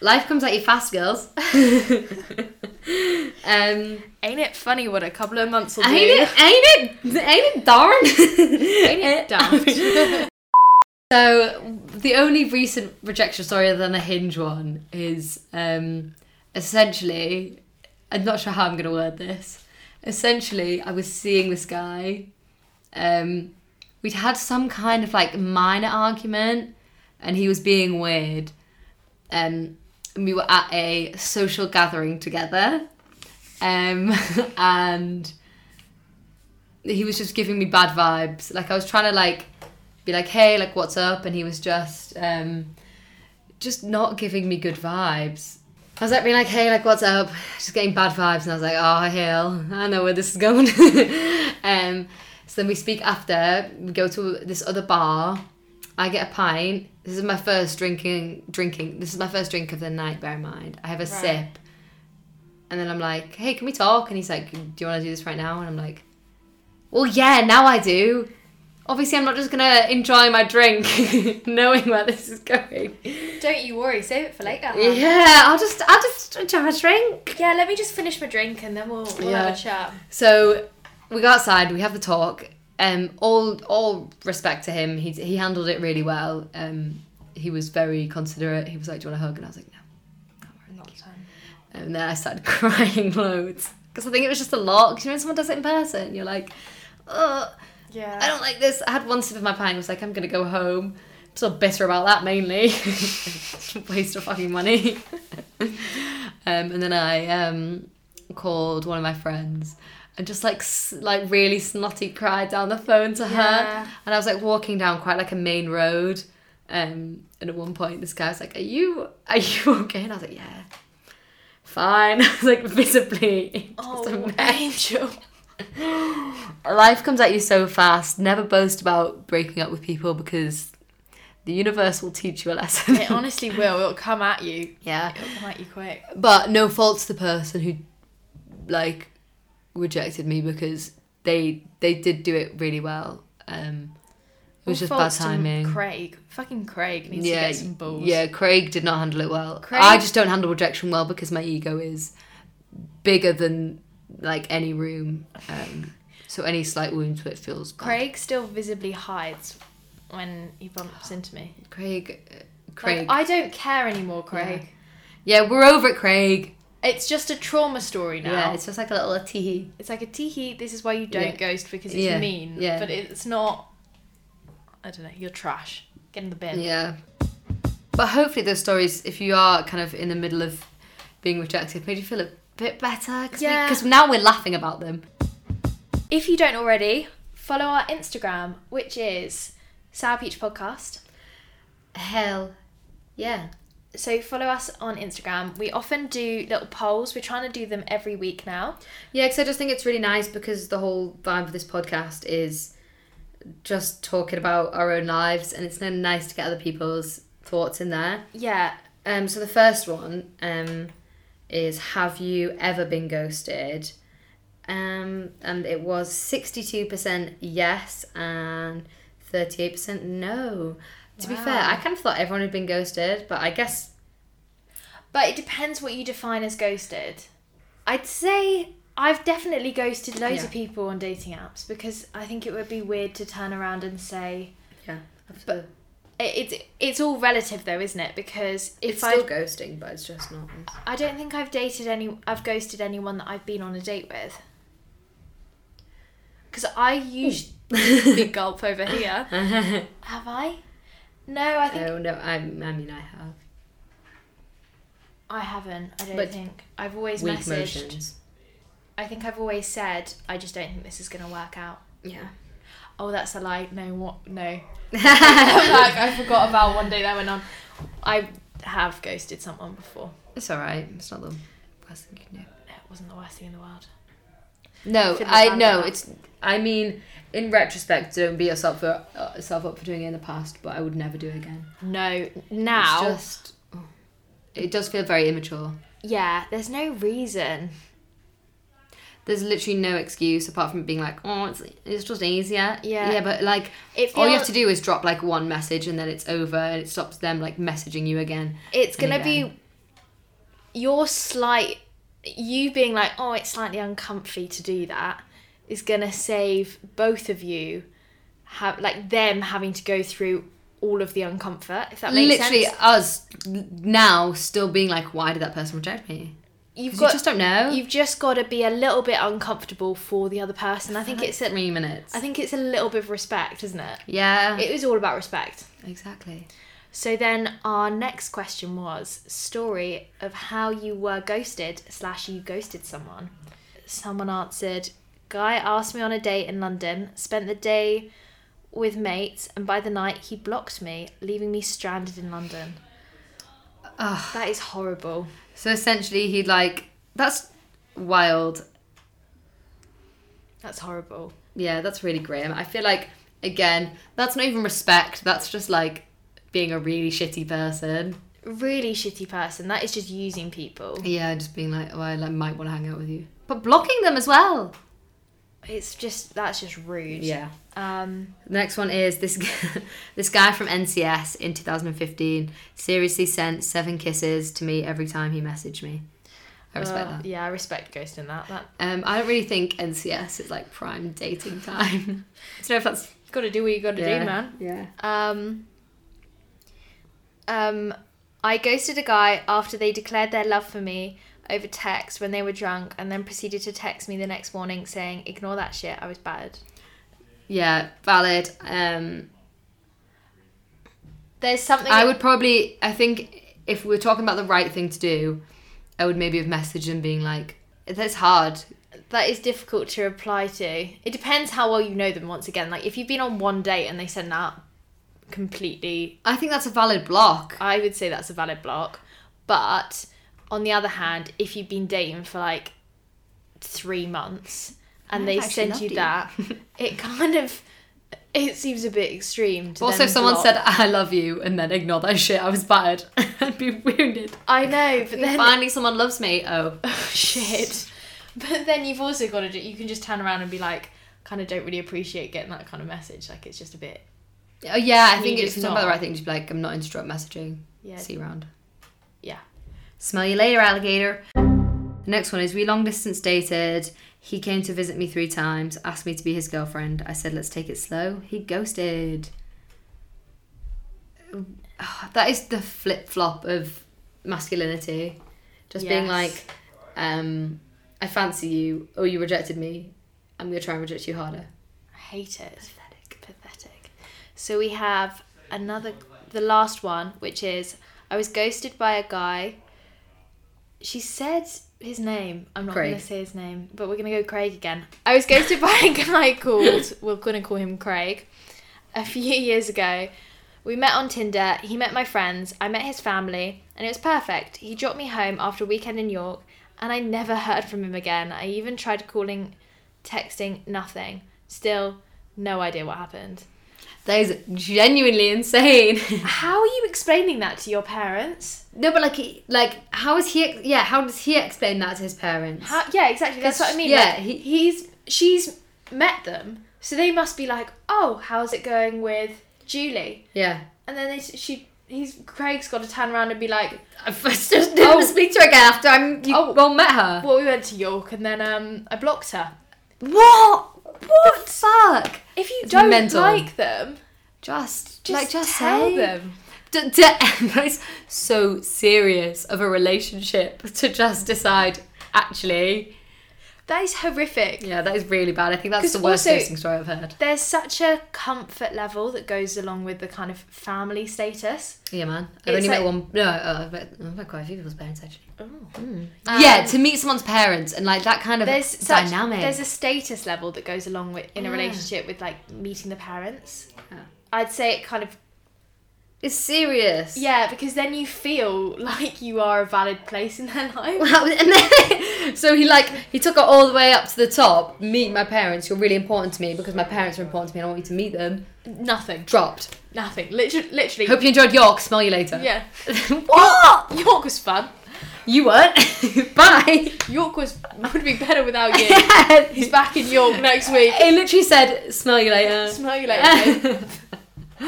Speaker 1: Life comes at you fast, girls. um,
Speaker 2: Ain't it funny what a couple of months will do?
Speaker 1: Ain't it? Ain't it? Ain't it? Darn!
Speaker 2: Ain't it daft?
Speaker 1: so the only recent rejection story other than the hinge one is um, essentially. I'm not sure how I'm going to word this. Essentially, I was seeing this guy. Um, we'd had some kind of like minor argument, and he was being weird. Um, and we were at a social gathering together, um, and he was just giving me bad vibes. Like I was trying to like be like, hey, like what's up? And he was just um just not giving me good vibes. I was like being like, hey, like what's up? Just getting bad vibes and I was like, oh hell, I know where this is going. um so then we speak after, we go to this other bar, I get a pint. This is my first drinking drinking this is my first drink of the night, bear in mind. I have a
Speaker 2: Right.
Speaker 1: sip. And then I'm like, hey, can we talk? And he's like, do you want to do this right now? And I'm like, well, yeah, now I do. Obviously, I'm not just gonna enjoy my drink, knowing where this is going.
Speaker 2: Don't you worry, save it for later.
Speaker 1: Um,
Speaker 2: hun.
Speaker 1: Yeah, I'll just, I'll just enjoy my drink.
Speaker 2: Yeah, let me just finish my drink and then we'll, we'll
Speaker 1: Yeah.
Speaker 2: have a chat.
Speaker 1: So we go outside. We have the talk. Um, all, all respect to him. He he handled it really well. Um, he was very considerate. He was like, "Do you want a hug?" And I was like, "No." And then I started crying loads because I think it was just a lot. Because you know, when someone does it in person, you're like, "Ugh."
Speaker 2: Yeah.
Speaker 1: I don't like this. I had one sip of my pint. Was like, I'm gonna go home. Still bitter about that mainly. Waste of fucking money. um, and then I um, called one of my friends and just like s- like really snotty cried down the phone to
Speaker 2: Yeah.
Speaker 1: her. And I was like walking down quite like a main road. Um, and at one point, this guy was like, "Are you are you okay?" And I was like, "Yeah." fine. I was like visibly just a
Speaker 2: Oh,
Speaker 1: mess.
Speaker 2: angel.
Speaker 1: Life comes at you so fast. Never boast about breaking up with people because the universe will teach you a lesson.
Speaker 2: It honestly will. It'll come at you.
Speaker 1: yeah.
Speaker 2: It'll come at you quick.
Speaker 1: But no fault to the person who like rejected me because they they did do it really well. Um it was
Speaker 2: All
Speaker 1: just bad
Speaker 2: faults to
Speaker 1: timing.
Speaker 2: Craig. Fucking Craig needs to get some balls.
Speaker 1: Yeah, Craig did not handle it well.
Speaker 2: Craig-
Speaker 1: I just don't handle rejection well because my ego is bigger than like any room. Um, so any slight wound to it feels bad.
Speaker 2: Craig still visibly hides when he bumps into me.
Speaker 1: Craig, uh,
Speaker 2: Craig.
Speaker 1: Craig.
Speaker 2: I don't care anymore, Craig.
Speaker 1: yeah, we're over it, Craig.
Speaker 2: It's just a trauma story now.
Speaker 1: Yeah,
Speaker 2: it's,
Speaker 1: it's just like a little tee.
Speaker 2: like a teehee, this is why you don't
Speaker 1: Yeah.
Speaker 2: ghost because it's
Speaker 1: Yeah,
Speaker 2: mean.
Speaker 1: yeah.
Speaker 2: But it's not I don't know, you're trash. Get in the bin.
Speaker 1: Yeah. But hopefully those stories, if you are kind of in the middle of being rejected, made you feel a bit better. Cause
Speaker 2: Yeah.
Speaker 1: Because now we're laughing about them.
Speaker 2: If you don't already, follow our Instagram, which is Sour Peach Podcast.
Speaker 1: Hell, yeah.
Speaker 2: So follow us on Instagram. We often do little polls. We're trying to do them every week now.
Speaker 1: Yeah, because I just think it's really nice because the whole vibe of this podcast is just talking about our own lives, and it's then nice to get other people's thoughts in there.
Speaker 2: Yeah.
Speaker 1: Um, so the first one um, is Have you ever been ghosted? Um, and it was 62% yes and 38% no. To be fair,
Speaker 2: Wow.
Speaker 1: I kind of thought everyone had been ghosted, but I guess
Speaker 2: But it depends what you define as ghosted. I'd say I've definitely ghosted loads
Speaker 1: Yeah.
Speaker 2: of people on dating apps because I think it would be weird to turn around and say
Speaker 1: yeah,
Speaker 2: But it, it's it's all relative though, isn't it? Because if
Speaker 1: it's
Speaker 2: I
Speaker 1: still ghosting, but it's just not.
Speaker 2: I don't think I've dated any I've ghosted anyone that I've been on a date with. Cuz I usually
Speaker 1: Hmm.
Speaker 2: big gulp over here. Have I? No, I think
Speaker 1: Oh no, I, I mean I have
Speaker 2: I haven't. I don't
Speaker 1: But
Speaker 2: think. I've always
Speaker 1: weak
Speaker 2: messaged.
Speaker 1: motions.
Speaker 2: I think I've always said I just don't think this is going to work out.
Speaker 1: Yeah.
Speaker 2: Oh, that's a lie. No, what? No. like I forgot about one day that went on. I have ghosted someone before.
Speaker 1: It's all right. It's not the worst thing you can do.
Speaker 2: No, it wasn't the worst thing in the world.
Speaker 1: No,
Speaker 2: Shouldn't have
Speaker 1: I
Speaker 2: done
Speaker 1: no.
Speaker 2: that.
Speaker 1: It's. I mean, in retrospect, don't beat yourself for, uh, yourself up for doing it in the past, but I would never do it again.
Speaker 2: No, now.
Speaker 1: It's just. oh, it does feel very immature.
Speaker 2: Yeah, there's no reason.
Speaker 1: There's literally no excuse apart from being like, oh, it's it's just easier.
Speaker 2: Yeah.
Speaker 1: Yeah, but like,
Speaker 2: It
Speaker 1: all Oh, you have
Speaker 2: feels-
Speaker 1: to do is drop like one message and then it's over and it stops them like messaging you again.
Speaker 2: It's
Speaker 1: And
Speaker 2: gonna be your slight, you being like, oh, it's slightly uncomfy to do that, is gonna save both of you, have like them having to go through all of the uncomfort. If that makes
Speaker 1: literally
Speaker 2: sense,
Speaker 1: us now still being like, why did that person reject me?
Speaker 2: you've
Speaker 1: 'Cause
Speaker 2: got
Speaker 1: uh, you just don't know.
Speaker 2: you've just got to be a little bit uncomfortable for the other person. I think
Speaker 1: Like
Speaker 2: it's a,
Speaker 1: three minutes.
Speaker 2: I think it's a little bit of respect, isn't
Speaker 1: Uh-huh.
Speaker 2: it?
Speaker 1: yeah,
Speaker 2: It was all about respect.
Speaker 1: exactly.
Speaker 2: So then our next question was story of how you were ghosted slash you ghosted someone. Someone answered, Guy asked me on a date in London, spent the day with mates, and by the night he blocked me, leaving me stranded in London.
Speaker 1: Ah.
Speaker 2: That is horrible.
Speaker 1: So essentially, he'd like that's wild.
Speaker 2: That's horrible.
Speaker 1: Yeah, that's really grim. I feel like again, that's not even respect. That's just like being a really shitty person.
Speaker 2: Really shitty person. That is just using people.
Speaker 1: Yeah, just being like, oh, I like, might want to hang out with you, but blocking them as well.
Speaker 2: It's just that's just rude.
Speaker 1: Yeah.
Speaker 2: Um
Speaker 1: The next one is this this guy from NCS in 2015 seriously sent seven kisses to me every time he messaged me. I respect
Speaker 2: uh,
Speaker 1: that.
Speaker 2: Yeah, I respect ghosting that. That
Speaker 1: Um, I don't really think NCS is like prime dating time. I don't know if that's
Speaker 2: gotta do what you gotta do, man.
Speaker 1: Yeah.
Speaker 2: Um, um, I ghosted a guy after they declared their love for me over text when they were drunk and then proceeded to text me the next morning saying, ignore that shit, I was bad.
Speaker 1: Yeah, valid. Um,
Speaker 2: There's something.
Speaker 1: I would probably, I think if we're talking about the right thing to do, I would maybe have messaged him being like, that's hard.
Speaker 2: that is difficult to reply to. It depends how well you know them, once again. Like, if you've been on one date and they send that, completely,
Speaker 1: I think that's a valid block.
Speaker 2: I would say that's a valid block. But On the other hand, if you've been dating for like three months and
Speaker 1: I've
Speaker 2: they
Speaker 1: actually
Speaker 2: send
Speaker 1: loved
Speaker 2: you
Speaker 1: you.
Speaker 2: that, it kind of it seems a bit extreme. To
Speaker 1: Also,
Speaker 2: then
Speaker 1: if someone
Speaker 2: block.
Speaker 1: said "I love you" and then ignore that shit, I was battered. I'd be wounded.
Speaker 2: I know, but then
Speaker 1: Finally, someone loves me. Oh,
Speaker 2: oh, shit. But then you've also got to. do- You can just turn around and be like, kind of don't really appreciate getting that kind of message. Like it's just a bit.
Speaker 1: oh yeah. I
Speaker 2: You
Speaker 1: think
Speaker 2: just
Speaker 1: it's about the
Speaker 2: not.
Speaker 1: right thing. Just be like, I'm not into direct messaging.
Speaker 2: Yeah.
Speaker 1: See you round.
Speaker 2: Yeah.
Speaker 1: Smell you later, alligator. The next one is we long distance dated. He came to visit me three times, asked me to be his girlfriend. I said, let's take it slow. He ghosted. Ah, That is the flip flop of masculinity. Just being
Speaker 2: Yes.
Speaker 1: like, um, I fancy you, or you rejected me. I'm going to try and reject you harder.
Speaker 2: I hate it. Pathetic. Pathetic. So we have another, the last one, which is I was ghosted by a guy. She said his name. I'm not going
Speaker 1: Craig.
Speaker 2: to say his name, but we're going to go Craig again. I was ghosted by a guy called, we're going to call him Craig, a few years ago. We met on Tinder, he met my friends, I met his family, and it was perfect. He dropped me home after a weekend in York, and I never heard from him again. I even tried calling, texting, nothing. Still, no idea what happened.
Speaker 1: That is genuinely insane.
Speaker 2: How are you explaining that to your parents?
Speaker 1: no, but like, he- like, how is he? ex- Yeah, how does he explain that to his parents?
Speaker 2: How, yeah, exactly. That's what I mean.
Speaker 1: Yeah,
Speaker 2: like,
Speaker 1: he-
Speaker 2: he's she's met them, so they must be like, oh, how's it going with Julie?
Speaker 1: yeah.
Speaker 2: And then they, she, he's Craig's got to turn around and be like,
Speaker 1: I first just didn't
Speaker 2: Oh.
Speaker 1: speak to her again after I'm, you
Speaker 2: Oh.
Speaker 1: well met her.
Speaker 2: well, we went to York, and then um, I blocked her.
Speaker 1: What? What? The fuck?
Speaker 2: If you
Speaker 1: It's
Speaker 2: don't
Speaker 1: mental.
Speaker 2: like them,
Speaker 1: Just,
Speaker 2: just,
Speaker 1: like, just
Speaker 2: tell
Speaker 1: say.
Speaker 2: them.
Speaker 1: D- d- that's so serious of a relationship to just decide. Actually,
Speaker 2: That is horrific.
Speaker 1: yeah, that is really bad. I think that's
Speaker 2: 'Cause
Speaker 1: the worst
Speaker 2: also-
Speaker 1: ghosting story I've heard.
Speaker 2: there's such a comfort level that goes along with the kind of family status.
Speaker 1: Yeah, man. I've
Speaker 2: It's
Speaker 1: only met
Speaker 2: like-
Speaker 1: one. No, uh, I've, met, I've met quite a few people's parents actually.
Speaker 2: Um,
Speaker 1: yeah, to meet someone's parents and like that kind of
Speaker 2: there's such,
Speaker 1: dynamic.
Speaker 2: There's a status level that goes along with in
Speaker 1: Yeah.
Speaker 2: a relationship with like meeting the parents.
Speaker 1: Yeah.
Speaker 2: I'd say it kind of
Speaker 1: it's serious.
Speaker 2: yeah because then you feel like you are a valid place in their life.
Speaker 1: Well, and then, so he like he took her all the way up to the top. Meet my parents. You're really important to me because my parents are important to me. and I want you to meet them.
Speaker 2: nothing,
Speaker 1: Dropped.
Speaker 2: nothing. Literally, literally.
Speaker 1: Hope you enjoyed York. Smell you later.
Speaker 2: yeah,
Speaker 1: what?
Speaker 2: York was fun.
Speaker 1: You weren't. Bye.
Speaker 2: York was would be better without you. He's
Speaker 1: it
Speaker 2: back in York next week.
Speaker 1: literally said, "Smell you later."
Speaker 2: Smell you later. babe.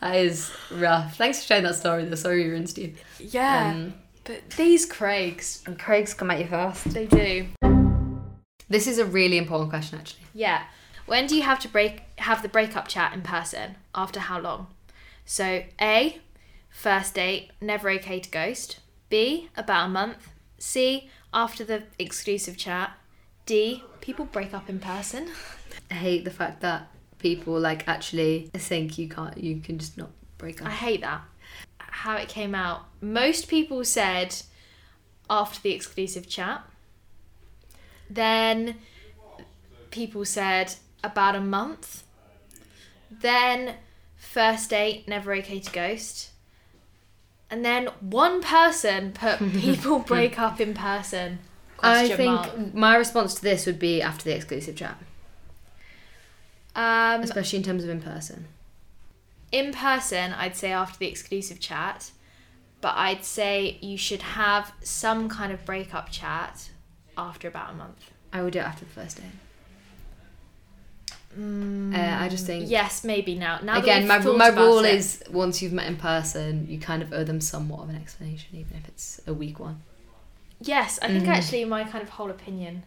Speaker 1: that is rough. Thanks for sharing that story. though. sorry you're in, Steve.
Speaker 2: yeah,
Speaker 1: Um,
Speaker 2: but these Craigs,
Speaker 1: and Craig's come at you fast.
Speaker 2: they do.
Speaker 1: This is a really important question, actually.
Speaker 2: Yeah. When do you have to break have the breakup chat in person? After how long? So A, first date, never okay to ghost. B, about a month. C, after the exclusive chat. D, people break up in person.
Speaker 1: I hate the fact that people like actually think you can't. You can just not break
Speaker 2: I
Speaker 1: up.
Speaker 2: hate that. How it came out. Most people said after the exclusive chat. Then people said about a month. Then first date, never okay to ghost. And then one person put people break up in person.
Speaker 1: I
Speaker 2: Question
Speaker 1: think
Speaker 2: mark.
Speaker 1: my response to this would be after the exclusive chat,
Speaker 2: Um,
Speaker 1: especially in terms of in person.
Speaker 2: in person, I'd say after the exclusive chat, but I'd say you should have some kind of breakup chat after about a month.
Speaker 1: I would do it after the first date. Uh, I just think
Speaker 2: Yes, maybe now. Now
Speaker 1: again, my
Speaker 2: that we've
Speaker 1: my
Speaker 2: thought about
Speaker 1: rule
Speaker 2: it-
Speaker 1: is once you've met in person, you kind of owe them somewhat of an explanation, even if it's a weak one.
Speaker 2: yes. I
Speaker 1: Mm.
Speaker 2: think actually my kind of whole opinion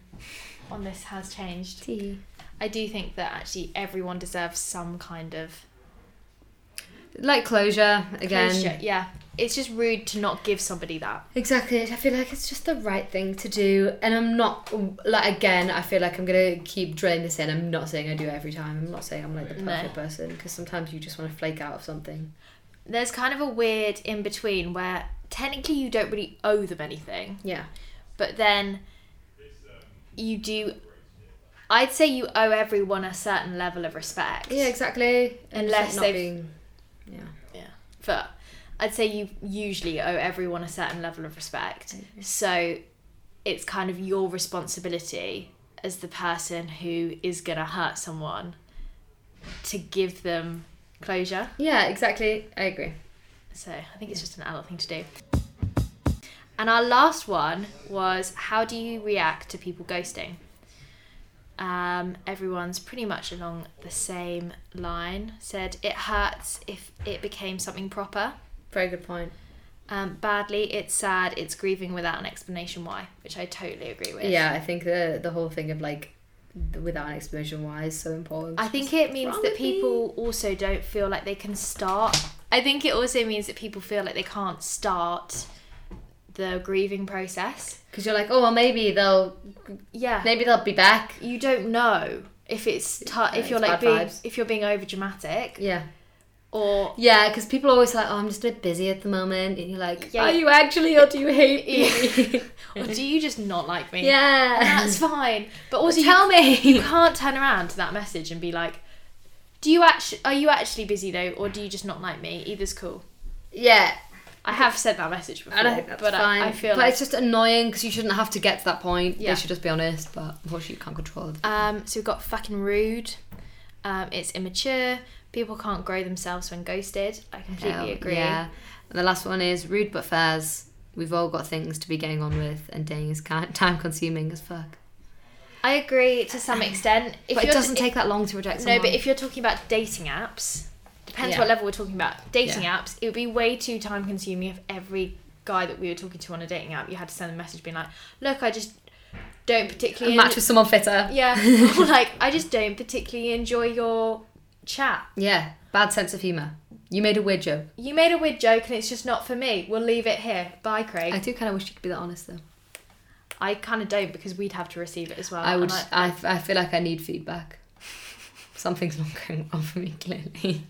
Speaker 2: on this has changed. I do think that actually everyone deserves some kind of
Speaker 1: Like closure again.
Speaker 2: closure. Yeah, it's just rude to not give somebody that.
Speaker 1: Exactly. I feel like it's just the right thing to do, and I'm not like again. I feel like I'm gonna keep drilling this in. I'm not saying I do it every time. I'm not saying I'm like the
Speaker 2: No.
Speaker 1: perfect person, 'cause person because sometimes you just want to flake out of something.
Speaker 2: There's kind of a weird in between where technically you don't really owe them anything.
Speaker 1: Yeah.
Speaker 2: but then you do i'd say you owe everyone a certain level of respect
Speaker 1: Yeah, exactly. And
Speaker 2: Unless
Speaker 1: not
Speaker 2: they've-
Speaker 1: being, yeah,
Speaker 2: yeah but I'd say you usually owe everyone a certain level of respect. So it's kind of your responsibility as the person who is going to hurt someone to give them closure.
Speaker 1: Yeah, exactly. I agree.
Speaker 2: So I think it's just an adult thing to do. And our last one was how do you react to people ghosting? Um, everyone's pretty much along the same line. Said it hurts if it became something proper.
Speaker 1: Very good point.
Speaker 2: Um, badly, it's sad, it's grieving without an explanation why, which I totally agree with.
Speaker 1: Yeah, I think the the whole thing of like th- without an explanation why is so important.
Speaker 2: I think it means
Speaker 1: wrong
Speaker 2: that
Speaker 1: with me?
Speaker 2: people also don't feel like they can start. I think it also means that people feel like they can't start the grieving process.
Speaker 1: because you're like, oh well, maybe they'll
Speaker 2: Yeah.
Speaker 1: maybe they'll be back.
Speaker 2: you don't know if it's tu- if
Speaker 1: it's
Speaker 2: you're
Speaker 1: bad
Speaker 2: like being
Speaker 1: vibes.
Speaker 2: if you're being over dramatic
Speaker 1: Yeah,
Speaker 2: or
Speaker 1: yeah, because people are always like, oh, I'm just a bit busy at the moment, and you're like,
Speaker 2: Yeah.
Speaker 1: are you actually, or do you hate me?
Speaker 2: or do you just not like me?
Speaker 1: yeah,
Speaker 2: That's fine. But also
Speaker 1: tell
Speaker 2: you, you
Speaker 1: me.
Speaker 2: can't turn around to that message and be like do you actually are you actually busy though or do you just not like me? Either's cool.
Speaker 1: yeah,
Speaker 2: I have sent that message before.
Speaker 1: I don't think that's
Speaker 2: but
Speaker 1: fine.
Speaker 2: I, I feel
Speaker 1: but
Speaker 2: like
Speaker 1: it's just annoying because you shouldn't have to get to that point.
Speaker 2: Yeah.
Speaker 1: They should just be honest, but unfortunately, you can't control it.
Speaker 2: Um, so we've got fucking rude. Um, it's immature. People can't grow themselves when ghosted. I completely
Speaker 1: Oh,
Speaker 2: agree.
Speaker 1: Yeah. And the last one is rude but fairs. We've all got things to be getting on with, and dating is time consuming as fuck.
Speaker 2: I agree to some extent. If
Speaker 1: but it
Speaker 2: you're-
Speaker 1: doesn't
Speaker 2: if-
Speaker 1: take that long to reject someone.
Speaker 2: no, but if you're talking about dating apps, depends
Speaker 1: Yeah.
Speaker 2: what level we're talking about. Dating
Speaker 1: Yeah.
Speaker 2: apps, it would be way too time consuming if every guy that we were talking to on a dating app, you had to send a message being like, "Look, I just don't particularly
Speaker 1: match with someone fitter.
Speaker 2: yeah, or like I just don't particularly enjoy your chat.
Speaker 1: Yeah. Bad sense of humour. You made a weird joke.
Speaker 2: You made a weird joke and it's just not for me. We'll leave it here. Bye, Craig.
Speaker 1: I do kind of wish you could be that honest though.
Speaker 2: I kind of don't because we'd have to receive it as well.
Speaker 1: I would.
Speaker 2: and
Speaker 1: I, I feel like I need feedback. Something's not going on for me clearly.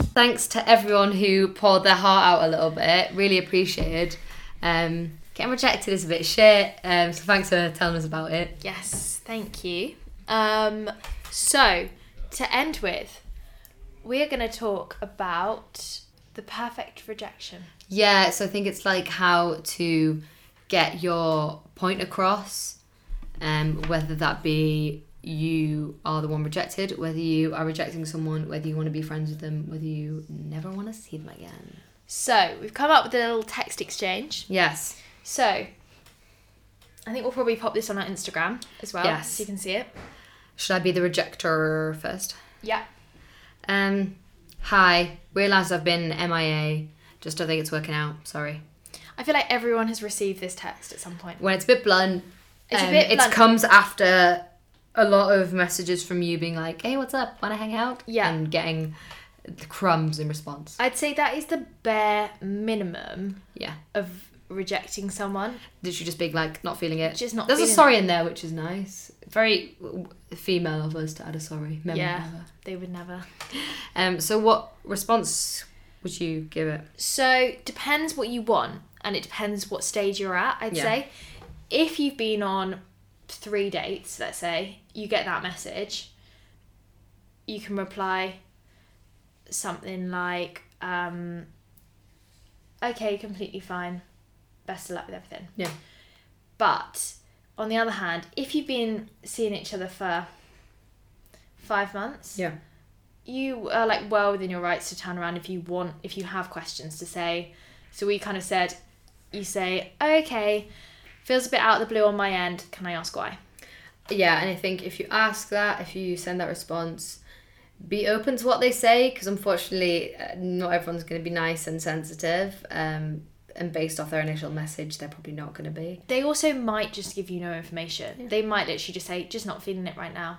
Speaker 1: Thanks to everyone who poured their heart out a little bit. Really appreciated. Um, getting rejected is a bit shit. Um, so thanks for telling us about it.
Speaker 2: yes, thank you. Um, so to end with, we are going to talk about the perfect rejection.
Speaker 1: Yeah, so I think it's like how to get your point across, um, whether that be you are the one rejected, whether you are rejecting someone, whether you want to be friends with them, whether you never want to see them again.
Speaker 2: So we've come up with a little text exchange.
Speaker 1: Yes.
Speaker 2: So I think we'll probably pop this on our Instagram as well,
Speaker 1: Yes.
Speaker 2: so you can see it.
Speaker 1: Should I be the rejector first?
Speaker 2: Yeah.
Speaker 1: Um, hi. Realised I've been MIA. Just don't think it's working out. Sorry.
Speaker 2: I feel like everyone has received this text at some point.
Speaker 1: When it's a bit blunt,
Speaker 2: It's a
Speaker 1: um,
Speaker 2: bit
Speaker 1: it
Speaker 2: blunt.
Speaker 1: comes after a lot of messages from you being like, "Hey, what's up? Want to hang out?"
Speaker 2: Yeah.
Speaker 1: and getting the crumbs in response.
Speaker 2: I'd say that is the bare minimum
Speaker 1: Yeah,
Speaker 2: of rejecting someone.
Speaker 1: did you just being like, "Not feeling it."
Speaker 2: Just not
Speaker 1: There's a
Speaker 2: feeling
Speaker 1: sorry in there, which is nice. Very w- female of us to add a sorry. Men would
Speaker 2: Yeah.
Speaker 1: never.
Speaker 2: They would never.
Speaker 1: Um. So, what response would you give it?
Speaker 2: So depends what you want, and it depends what stage you're at. I'd
Speaker 1: Yeah.
Speaker 2: say, if you've been on three dates, let's say you get that message, you can reply something like, um, "Okay, completely fine. Best of luck with everything."
Speaker 1: Yeah.
Speaker 2: But on the other hand, if you've been seeing each other for five months,
Speaker 1: Yeah.
Speaker 2: you are like well within your rights to turn around if you want if you have questions to say so we kind of said you say okay feels a bit out of the blue on my end can i ask why
Speaker 1: Yeah, and I think if you ask that, if you send that response, be open to what they say because unfortunately, uh, not everyone's going to be nice and sensitive. Um, and based off their initial message, they're probably not going to be.
Speaker 2: they also might just give you no information they might literally just say just not feeling it right now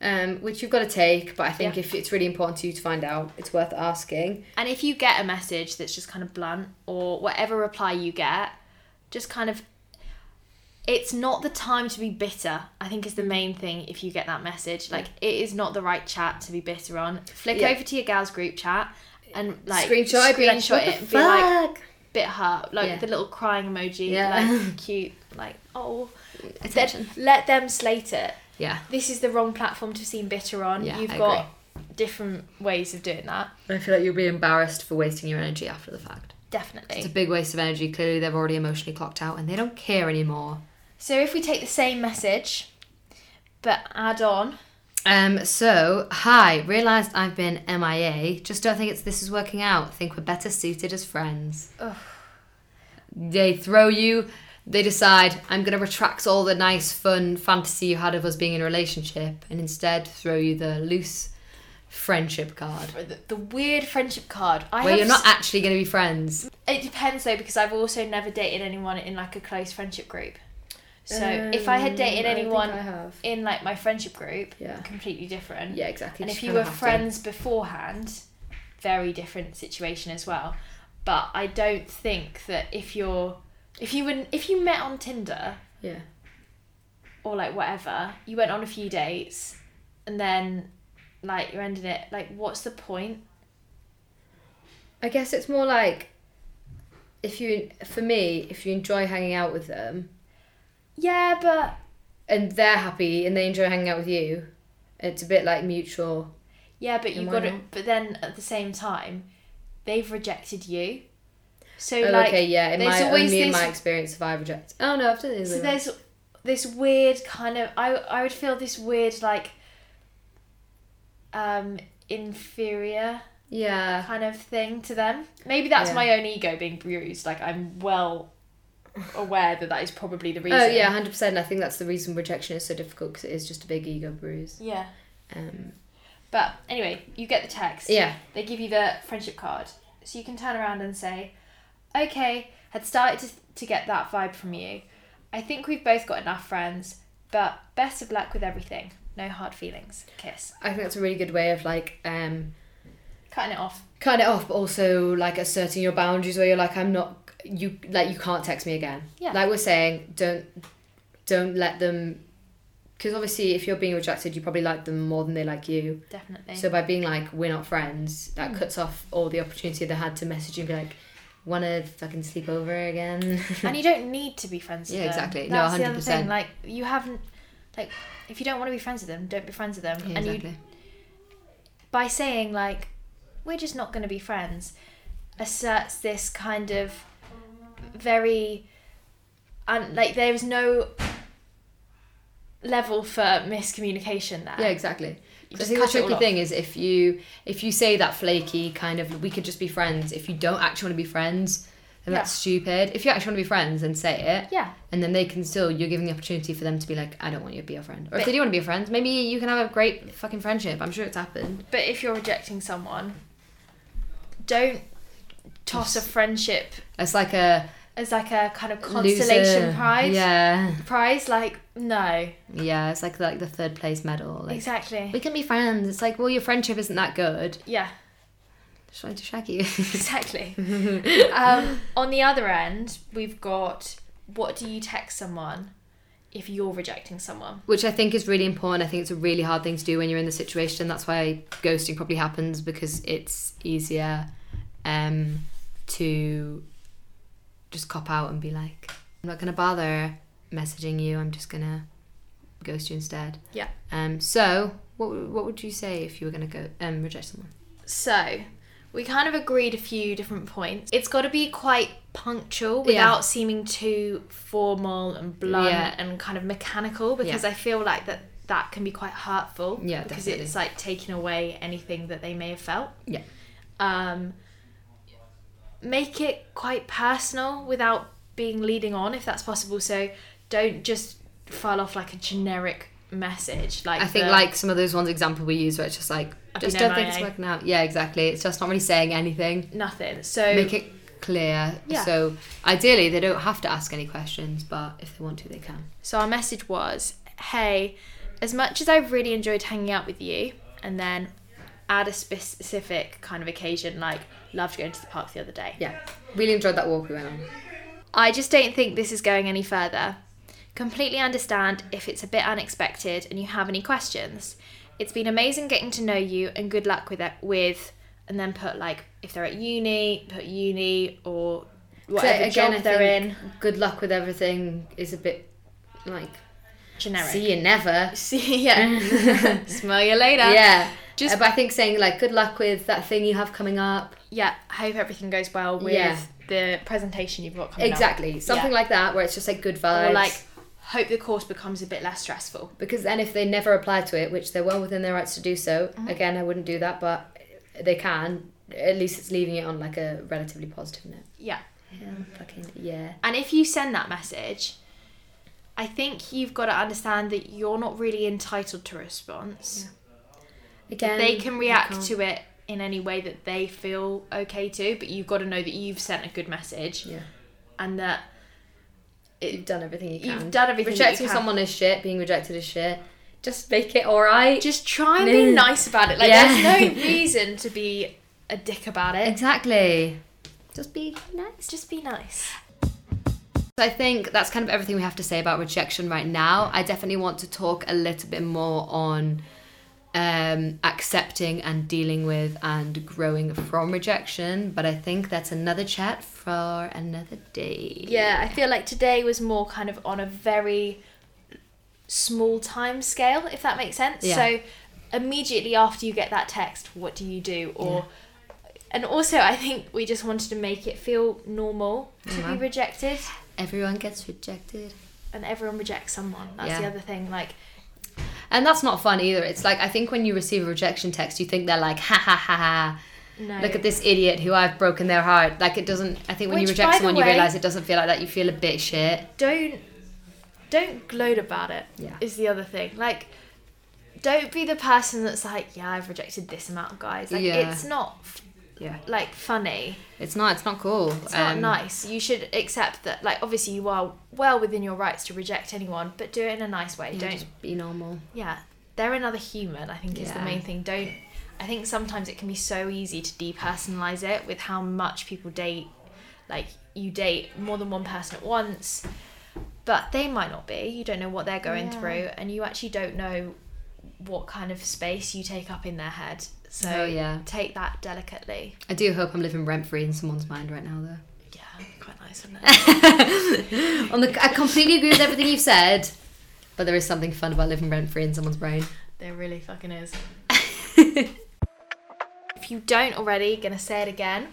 Speaker 1: Um, which you've got to take, but I think
Speaker 2: Yeah.
Speaker 1: if it's really important to you to find out, it's worth asking.
Speaker 2: and if you get a message that's just kind of blunt or whatever reply you get just kind of it's not the time to be bitter i think
Speaker 1: Mm.
Speaker 2: is the main thing if you get that message like it is not the right chat to be bitter on flick
Speaker 1: Yeah.
Speaker 2: over to your gals group chat and like
Speaker 1: screenshot it, be like,
Speaker 2: screenshot
Speaker 1: "What
Speaker 2: it
Speaker 1: the
Speaker 2: and be like
Speaker 1: fuck?"
Speaker 2: bit hurt like
Speaker 1: Yeah.
Speaker 2: the little crying emoji
Speaker 1: Yeah.
Speaker 2: like cute like oh
Speaker 1: Attention.
Speaker 2: Then let them slate it
Speaker 1: yeah,
Speaker 2: this is the wrong platform to seem bitter on
Speaker 1: Yeah,
Speaker 2: you've
Speaker 1: I
Speaker 2: got different ways of doing that.
Speaker 1: I feel like you'll be embarrassed for wasting your energy after the fact. It's a
Speaker 2: Definitely.
Speaker 1: big waste of energy. Clearly, they've already emotionally clocked out and they don't care anymore.
Speaker 2: So if we take the same message, but add on,
Speaker 1: Um, so, hi, realised I've been MIA. Just don't think it's this is working out. Think we're better suited as friends.
Speaker 2: Ugh.
Speaker 1: They throw you, they decide, I'm going to retract all the nice, fun fantasy you had of us being in a relationship and instead throw you the loose friendship card
Speaker 2: the, the weird friendship card. I
Speaker 1: where
Speaker 2: have
Speaker 1: you're not actually going to be friends.
Speaker 2: It depends though, because I've also never dated anyone in like a close friendship group. So if I
Speaker 1: Um,
Speaker 2: had dated anyone
Speaker 1: have.
Speaker 2: in like my friendship group,
Speaker 1: Yeah.
Speaker 2: completely different.
Speaker 1: Yeah, exactly.
Speaker 2: and
Speaker 1: just
Speaker 2: if you
Speaker 1: kinda
Speaker 2: were
Speaker 1: have to.
Speaker 2: friends beforehand, very different situation as well. But I don't think that if you're if you were if you met on Tinder
Speaker 1: Yeah.
Speaker 2: or like whatever, you went on a few dates, and then like you're ending it. Like, what's the point?
Speaker 1: I guess it's more like if you, for me, if you enjoy hanging out with them,
Speaker 2: Yeah, but
Speaker 1: and they're happy and they enjoy hanging out with you. It's a bit like mutual.
Speaker 2: Yeah, but
Speaker 1: Then
Speaker 2: you
Speaker 1: why
Speaker 2: got it.
Speaker 1: not?
Speaker 2: But then at the same time, they've rejected you. So
Speaker 1: Oh,
Speaker 2: like,
Speaker 1: okay, yeah. In
Speaker 2: there's
Speaker 1: my
Speaker 2: always
Speaker 1: only in
Speaker 2: this-
Speaker 1: my experience, have I rejected. Oh no, I've done this.
Speaker 2: so there's this weird kind of. I I would feel this weird like. Um, inferior
Speaker 1: yeah.
Speaker 2: kind of thing to them. Maybe that's
Speaker 1: Yeah.
Speaker 2: my own ego being bruised. Like I'm well aware that that is probably the reason.
Speaker 1: Oh yeah, hundred percent. I think that's the reason rejection is so difficult because it is just a big ego bruise.
Speaker 2: Yeah.
Speaker 1: Um,
Speaker 2: But anyway, you get the text.
Speaker 1: yeah,
Speaker 2: They give you the friendship card. So you can turn around and say, okay, had started to, to get that vibe from you. I think we've both got enough friends, but best of luck with everything. No hard feelings. Kiss.
Speaker 1: I think that's a really good way of like um,
Speaker 2: Cutting it off.
Speaker 1: cutting it off, but also like asserting your boundaries where you're like, I'm not you like you can't text me again.
Speaker 2: Yeah.
Speaker 1: Like we're saying, don't don't let them. Because obviously, if you're being rejected, you probably like them more than they like you.
Speaker 2: Definitely.
Speaker 1: So by being like, we're not friends,
Speaker 2: Mm.
Speaker 1: that cuts off all the opportunity they had to message you and be like, wanna fucking sleep over again?
Speaker 2: and you don't need to be friends with
Speaker 1: Yeah,
Speaker 2: them.
Speaker 1: exactly. No,
Speaker 2: That's the other
Speaker 1: 100%.
Speaker 2: thing. Like, you haven't, like, if you don't want to be friends with them, don't be friends with them. and you by saying like we're just not going to be friends asserts this kind of very and like there is no level for miscommunication there
Speaker 1: yeah, exactly.
Speaker 2: You
Speaker 1: I
Speaker 2: just
Speaker 1: think the
Speaker 2: cut it all
Speaker 1: tricky
Speaker 2: off.
Speaker 1: thing is if you if you say that flaky kind of we could just be friends, if you don't actually want to be friends, then
Speaker 2: Yeah.
Speaker 1: that's stupid. If you actually want to be friends, then say it.
Speaker 2: yeah
Speaker 1: And then they can still you're giving the opportunity for them to be like, I don't want you to be a friend. Or if
Speaker 2: But-
Speaker 1: they do want to be a friend, maybe you can have a great fucking friendship. I'm sure it's happened.
Speaker 2: but if you're rejecting someone don't toss a friendship
Speaker 1: It's like a
Speaker 2: as like a kind of consolation
Speaker 1: loser.
Speaker 2: prize
Speaker 1: Yeah.
Speaker 2: prize like no
Speaker 1: Yeah, it's like like the third place medal. Like,
Speaker 2: exactly
Speaker 1: we can be friends. It's like, well, your friendship isn't that good.
Speaker 2: yeah
Speaker 1: Just wanted to shag you.
Speaker 2: Exactly. um, on the other end, we've got what do you text someone if you're rejecting someone?
Speaker 1: Which I think is really important. I think it's a really hard thing to do when you're in the situation. That's why ghosting probably happens because it's easier um, to just cop out and be like, I'm not going to bother messaging you. I'm just going to ghost you instead.
Speaker 2: Yeah.
Speaker 1: Um. So, what, w- what would you say if you were going to go um, reject someone?
Speaker 2: So we kind of agreed a few different points. It's got to be quite punctual
Speaker 1: Yeah.
Speaker 2: without seeming too formal and blunt
Speaker 1: Yeah.
Speaker 2: and kind of mechanical because I feel like that that can be quite hurtful
Speaker 1: Yeah,
Speaker 2: because
Speaker 1: definitely.
Speaker 2: it's like taking away anything that they may have felt.
Speaker 1: Yeah.
Speaker 2: um, make it quite personal without being leading on if that's possible so don't just file off like a generic message like
Speaker 1: I think
Speaker 2: the-
Speaker 1: like some of those ones example we use where it's just like
Speaker 2: I've
Speaker 1: just
Speaker 2: been
Speaker 1: don't think it's
Speaker 2: MIA.
Speaker 1: working out. Yeah, exactly. It's just not really saying anything.
Speaker 2: nothing so
Speaker 1: Make it clear.
Speaker 2: Yeah.
Speaker 1: So ideally they don't have to ask any questions, but if they want to they can.
Speaker 2: so our message was hey as much as i've really enjoyed hanging out with you and then add a specific kind of occasion like loved going to the park the other day
Speaker 1: Yeah. Really enjoyed that walk we went on.
Speaker 2: I just don't think this is going any further. Completely understand if it's a bit unexpected and you have any questions. It's been amazing getting to know you and good luck with it with and then put like if they're at uni, put uni or
Speaker 1: again,
Speaker 2: whatever
Speaker 1: I
Speaker 2: job they're
Speaker 1: think
Speaker 2: in.
Speaker 1: Good luck with everything is a bit like
Speaker 2: Generic.
Speaker 1: see you never.
Speaker 2: See, yeah. Smell you later.
Speaker 1: Yeah.
Speaker 2: Just-
Speaker 1: Uh, but I think saying like good luck with that thing you have coming up.
Speaker 2: Yeah, hope everything goes well with
Speaker 1: Yeah.
Speaker 2: the presentation you've got coming up.
Speaker 1: exactly. Something
Speaker 2: Yeah.
Speaker 1: like that where it's just like good vibes.
Speaker 2: Or like, hope the course becomes a bit less stressful.
Speaker 1: because then if they never apply to it, which they're well within their rights to do so,
Speaker 2: Mm-hmm.
Speaker 1: again I wouldn't do that, but they can. At least it's leaving it on like a relatively positive note.
Speaker 2: Yeah.
Speaker 1: Yeah, fucking yeah.
Speaker 2: And if you send that message, I think you've got to understand that you're not really entitled to a response.
Speaker 1: Again,
Speaker 2: they can react
Speaker 1: can't.
Speaker 2: to it in any way that they feel okay to, but you've got to know that you've sent a good message
Speaker 1: Yeah.
Speaker 2: and that
Speaker 1: You've done everything you can.
Speaker 2: You've done everything that you
Speaker 1: Rejecting
Speaker 2: can.
Speaker 1: someone is shit. Being rejected is shit. Just make it all right.
Speaker 2: just try and be
Speaker 1: No.
Speaker 2: nice about it. Like
Speaker 1: Yeah.
Speaker 2: there's no reason to be a dick about it.
Speaker 1: exactly. Just be nice.
Speaker 2: Just be nice.
Speaker 1: So I think that's kind of everything we have to say about rejection right now. I definitely want to talk a little bit more on um, accepting and dealing with and growing from rejection, but I think that's another chat for another day.
Speaker 2: Yeah, I feel like today was more kind of on a very small time scale, if that makes sense.
Speaker 1: Yeah.
Speaker 2: So immediately after you get that text, what do you do? Or and also I think we just wanted to make it feel normal to be
Speaker 1: Mhm.
Speaker 2: rejected.
Speaker 1: Everyone gets rejected.
Speaker 2: And everyone rejects someone. That's the
Speaker 1: Yeah.
Speaker 2: other thing. Like
Speaker 1: And that's not fun either. It's like, I think when you receive a rejection text, you think they're like, ha ha ha ha.
Speaker 2: no
Speaker 1: Look at this idiot who I've broken their heart. Like, it doesn't, I think when you
Speaker 2: Which, by
Speaker 1: reject
Speaker 2: the
Speaker 1: someone, you
Speaker 2: way-
Speaker 1: realize it doesn't feel like that. You feel a bit shit.
Speaker 2: don't don't gloat about it is
Speaker 1: Yeah.
Speaker 2: the other thing like don't be the person that's like yeah i've rejected this amount of guys like
Speaker 1: Yeah.
Speaker 2: it's not f-
Speaker 1: Yeah.
Speaker 2: like funny
Speaker 1: It's not, it's not cool. Um,
Speaker 2: it's not nice you should accept that like obviously you are well within your rights to reject anyone but do it in a nice way
Speaker 1: Yeah,
Speaker 2: don't
Speaker 1: just be normal.
Speaker 2: yeah they're another human i think is the
Speaker 1: Yeah.
Speaker 2: main thing don't i think sometimes it can be so easy to depersonalize it with how much people date like you date more than one person at once but they might not be you don't know what they're going
Speaker 1: Yeah.
Speaker 2: through and you actually don't know what kind of space you take up in their head so
Speaker 1: Oh, yeah.
Speaker 2: take that delicately
Speaker 1: I do hope I'm living rent free in someone's mind right now,
Speaker 2: yeah quite nice isn't it
Speaker 1: though. On the, I completely agree with everything you've said, but there is something fun about living rent free in someone's brain.
Speaker 2: there really fucking is if you don't already gonna say it again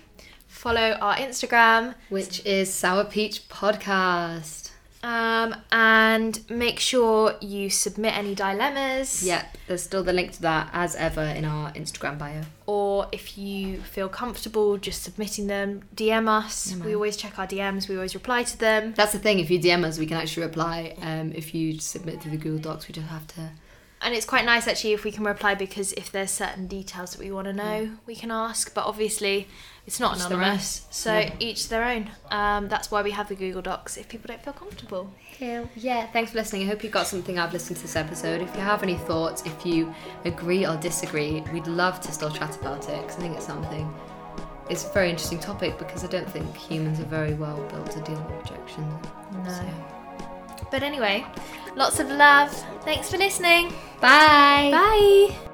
Speaker 2: follow our instagram
Speaker 1: Which is Sour Peach Podcast.
Speaker 2: Um, and make sure you submit any dilemmas.
Speaker 1: Yep, there's still the link to that as ever in our Instagram bio.
Speaker 2: Or if you feel comfortable just submitting them, DM us. we always check our DMs. We always reply to them.
Speaker 1: That's the thing, if you DM us, we can actually reply. Um, if you submit through the Google Docs, we just have to.
Speaker 2: And it's quite nice actually if we can reply because if there's certain details that we want to know, we can ask. But obviously, it's not
Speaker 1: Each their own.
Speaker 2: anonymous, so
Speaker 1: Yeah.
Speaker 2: each their own. Um, that's why we have the Google Docs if people don't feel comfortable.
Speaker 1: Hell yeah, thanks for listening. I hope you got something out of listening to this episode. If you have any thoughts, if you agree or disagree, we'd love to still chat about it because I think it's something. It's a very interesting topic because I don't think humans are very well built to deal with rejection. So,
Speaker 2: But anyway, lots of love. Thanks for listening.
Speaker 1: Bye!
Speaker 2: Bye.